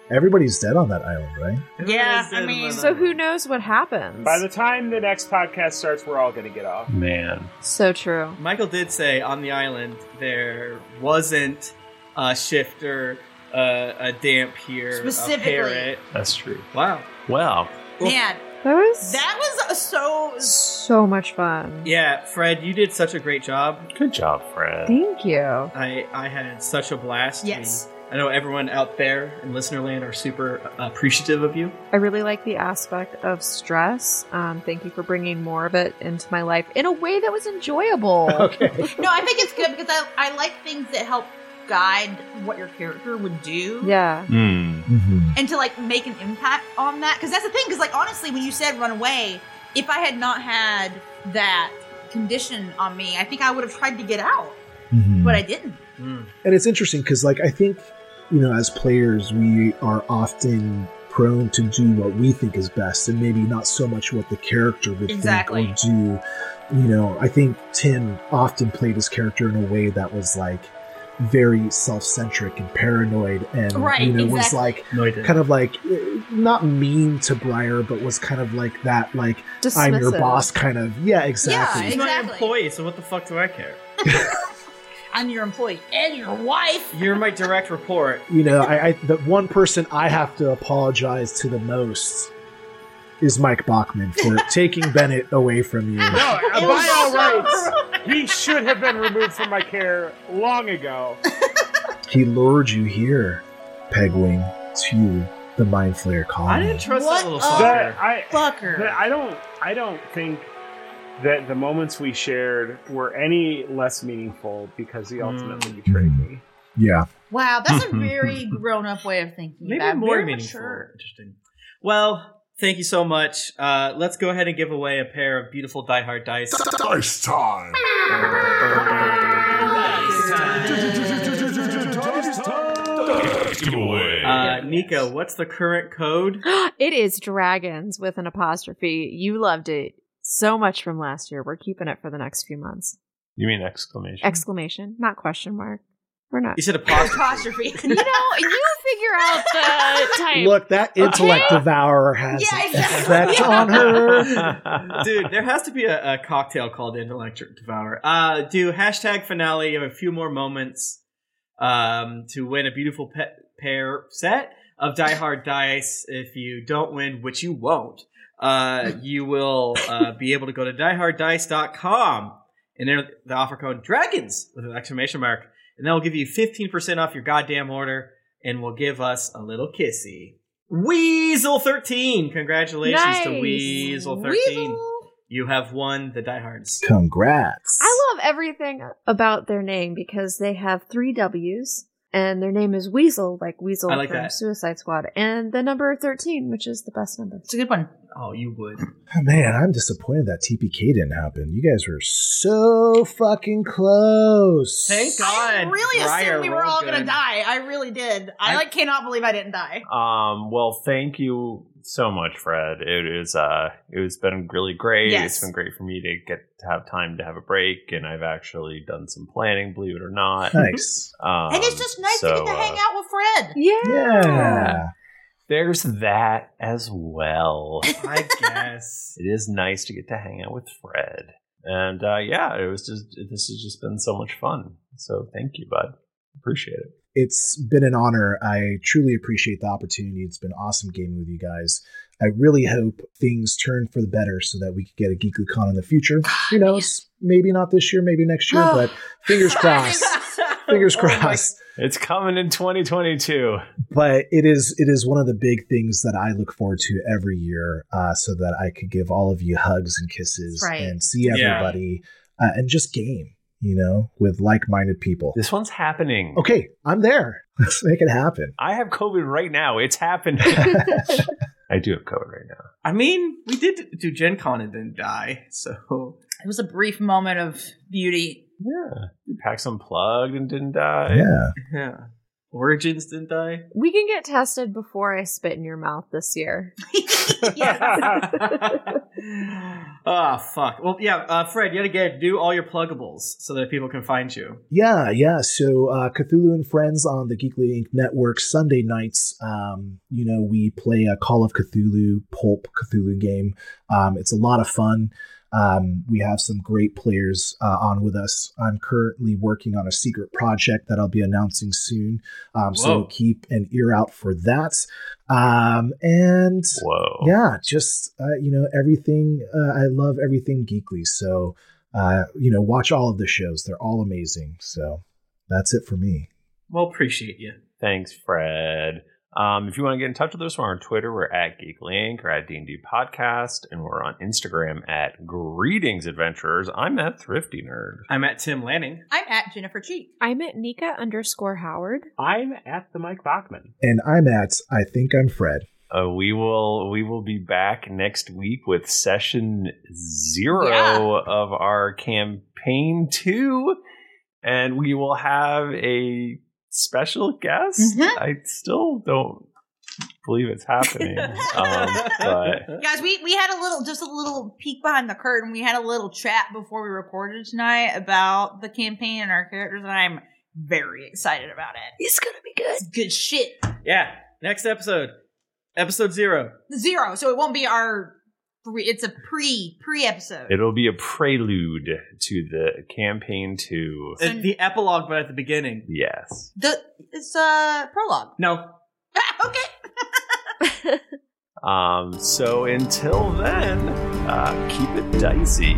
Speaker 4: Everybody's dead on that island, right?
Speaker 5: Yeah,
Speaker 6: I mean,
Speaker 2: so who knows what happens?
Speaker 3: By the time the next podcast starts, we're all gonna get off.
Speaker 1: Man.
Speaker 2: so true.
Speaker 6: Michael did say on the island there wasn't a shifter, uh, a damp here,
Speaker 5: Specifically.
Speaker 6: a parrot.
Speaker 1: That's true.
Speaker 6: Wow.
Speaker 1: Wow.
Speaker 5: Man.
Speaker 2: That was
Speaker 5: That was so
Speaker 2: so much fun.
Speaker 6: Yeah, Fred, you did such a great job.
Speaker 1: Good job, Fred.
Speaker 2: Thank you.
Speaker 6: I I had such a blast.
Speaker 5: Yes.
Speaker 6: I know everyone out there in listener land are super appreciative of you.
Speaker 2: I really like the aspect of stress. Um, thank you for bringing more of it into my life in a way that was enjoyable.
Speaker 4: Okay.
Speaker 5: No, I think it's good because I I like things that help guide what your character would do.
Speaker 2: Yeah.
Speaker 5: and to like make an impact on that because that's the thing because like honestly when you said run away if i had not had that condition on me i think i would have tried to get out
Speaker 6: Hmm.
Speaker 5: but i didn't
Speaker 4: And it's interesting because, like, I think, you know, as players, we are often prone to do what we think is best and maybe not so much what the character would
Speaker 5: Exactly.
Speaker 4: think or do. You know, I think Tim often played his character in a way that was like very self centric and paranoid and,
Speaker 5: Right,
Speaker 4: you know, was
Speaker 5: exactly.
Speaker 4: like
Speaker 6: No, I
Speaker 4: kind of like eh, not mean to Briar, but was kind of like that, like, I'm your
Speaker 6: Dismissive.
Speaker 4: boss kind of. Yeah, exactly.
Speaker 6: He's my employee, so what the fuck do I care?
Speaker 5: i'm your employee and your wife
Speaker 6: You're my direct report.
Speaker 4: you know, I, I the one person I have to apologize to the most is Mike Bachman for taking Bennett away from you.
Speaker 3: No, uh,
Speaker 5: It
Speaker 3: by
Speaker 5: was
Speaker 3: all
Speaker 5: so
Speaker 3: rights, he should have been removed from my care long ago.
Speaker 4: He lured you here, Pegwing, to the Mind Flayer colony.
Speaker 6: trust
Speaker 5: What
Speaker 6: that
Speaker 5: a
Speaker 6: little
Speaker 3: That I,
Speaker 5: fucker
Speaker 3: that I don't. I don't think that the moments we shared were any less meaningful because he ultimately
Speaker 6: Mm.
Speaker 3: betrayed me.
Speaker 4: Yeah.
Speaker 5: wow that's a very grown-up way of thinking
Speaker 6: Maybe
Speaker 5: about it.
Speaker 6: more
Speaker 5: Very
Speaker 6: meaningful.
Speaker 5: mature.
Speaker 6: Interesting. Well, thank you so much. Uh, let's go ahead and give away a pair of beautiful Die Hard dice.
Speaker 9: Dice time!
Speaker 6: Uh, Nico, what's the current code?
Speaker 2: it is dragons with an apostrophe. You loved it so much from last year. We're keeping it for the next few months.
Speaker 1: You mean exclamation?
Speaker 2: Exclamation, not question mark. We're not.
Speaker 6: You said apostrophe.
Speaker 5: apostrophe
Speaker 2: You know, you figure out the type.
Speaker 4: Look, that intellect devourer has
Speaker 5: Yeah,
Speaker 4: an
Speaker 5: exactly.
Speaker 4: effect on her.
Speaker 6: Dude, there has to be a, a cocktail called Intellect Devour. Uh, do hashtag finale. You have a few more moments um, to win a beautiful pe- pair set of Die Hard dice. If you don't win, which you won't, uh, you will uh, be able to go to dieharddice.com and enter the offer code DRAGONS with an exclamation mark. And that will give you 15% off your goddamn order and will give us a little kissy. Weasel13! Congratulations to
Speaker 2: Nice.
Speaker 6: Weasel13. You have won the Die Hards.
Speaker 4: Congrats.
Speaker 2: I love everything about their name because they have three W's and their name is Weasel, like Weasel
Speaker 6: I like
Speaker 2: from
Speaker 6: that.
Speaker 2: Suicide Squad, and the number thirteen, which is the best number. It's
Speaker 5: a good one.
Speaker 6: Oh, you would.
Speaker 4: Oh, man, I'm disappointed that TPK didn't happen. You guys were so fucking close.
Speaker 6: Thank God.
Speaker 5: Really
Speaker 6: Briar
Speaker 5: assumed we were
Speaker 6: rolled
Speaker 5: all gonna
Speaker 6: good.
Speaker 5: die. I really did. I, like cannot believe I didn't die.
Speaker 1: Um, well, thank you so much, Fred. It is uh, it's been really great.
Speaker 5: Yes.
Speaker 1: It's been great for me to get to have time to have a break, and I've actually done some planning, believe it or not.
Speaker 4: Nice.
Speaker 1: Um,
Speaker 5: and it's just nice to
Speaker 1: so,
Speaker 5: get to hang
Speaker 1: uh,
Speaker 5: out with Fred.
Speaker 2: Yeah.
Speaker 1: Yeah. There's that as well.
Speaker 6: I guess
Speaker 1: it is nice to get to hang out with Fred, and uh, yeah, it was just this has just been so much fun. So thank you, bud. Appreciate it.
Speaker 4: It's been an honor. I truly appreciate the opportunity. It's been awesome gaming with you guys. I really hope things turn for the better so that we could get a GeeklyCon in the future. Who knows? Maybe not this year, maybe next year, but fingers crossed.
Speaker 5: Oh
Speaker 4: fingers crossed.
Speaker 1: It's coming in 2022.
Speaker 4: but it is it is one of the big things that I look forward to every year, uh, so that I could give all of you hugs and kisses
Speaker 1: Right.
Speaker 4: and see
Speaker 1: Yeah.
Speaker 4: everybody uh, and just game, you know, with like-minded people.
Speaker 1: This one's happening.
Speaker 4: Okay, I'm there. Let's make it happen.
Speaker 1: I have COVID right now. It's happening. I do have COVID right now.
Speaker 6: I mean, we did do Gen Con and then die, so
Speaker 5: It was a brief moment of beauty.
Speaker 1: Yeah. PAX unplugged and didn't die.
Speaker 4: Yeah.
Speaker 6: yeah. Origins didn't die.
Speaker 2: We can get tested before I spit in your mouth this year.
Speaker 6: Ah, fuck. Well, yeah, uh, Fred. Yet again, do all your pluggables so that people can find you.
Speaker 4: Yeah, yeah. So uh, Cthulhu and Friends on the Geekly Inc. network Sunday nights. Um, you know, we play a Call of Cthulhu pulp Cthulhu game. Um, it's a lot of fun. Um, we have some great players uh, on with us. I'm currently working on a secret project that I'll be announcing soon. Um, so
Speaker 12: Whoa.
Speaker 4: keep an ear out for that. Um, and yeah, just uh, you know everything. Uh, I love everything geekly. So uh, you know, watch all of the shows. They're all amazing. So that's it for me.
Speaker 6: Well, appreciate you.
Speaker 1: Thanks, Fred. Um, if you want to get in touch with us, we're on Twitter. We're at GeekLink or at D&D Podcast. And we're on Instagram at Greetings Adventurers. I'm at Thrifty Nerd.
Speaker 6: I'm at Tim Lanning.
Speaker 5: I'm at Jennifer Cheek.
Speaker 2: I'm at Nika underscore Howard.
Speaker 3: I'm at the Mike Bachman.
Speaker 4: And I'm at. I think I'm Fred.
Speaker 1: Uh, we will we will be back next week with session zero of our campaign two, and we will have a special guest. I still don't believe it's happening, um, but
Speaker 5: Guys, we, we had a little, just a little peek behind the curtain. We had a little chat before we recorded tonight about the campaign and our characters, and I'm very excited about it.
Speaker 2: It's gonna be good.
Speaker 5: It's good shit.
Speaker 6: Yeah. Next episode, episode zero.
Speaker 5: Zero, so it won't be our. Three, it's a pre pre episode.
Speaker 1: it'll be a prelude to the campaign two.
Speaker 6: Uh, the epilogue, but at the beginning.
Speaker 1: Yes.
Speaker 5: The it's a prologue.
Speaker 6: No.
Speaker 1: Um, so until then, uh, keep it dicey.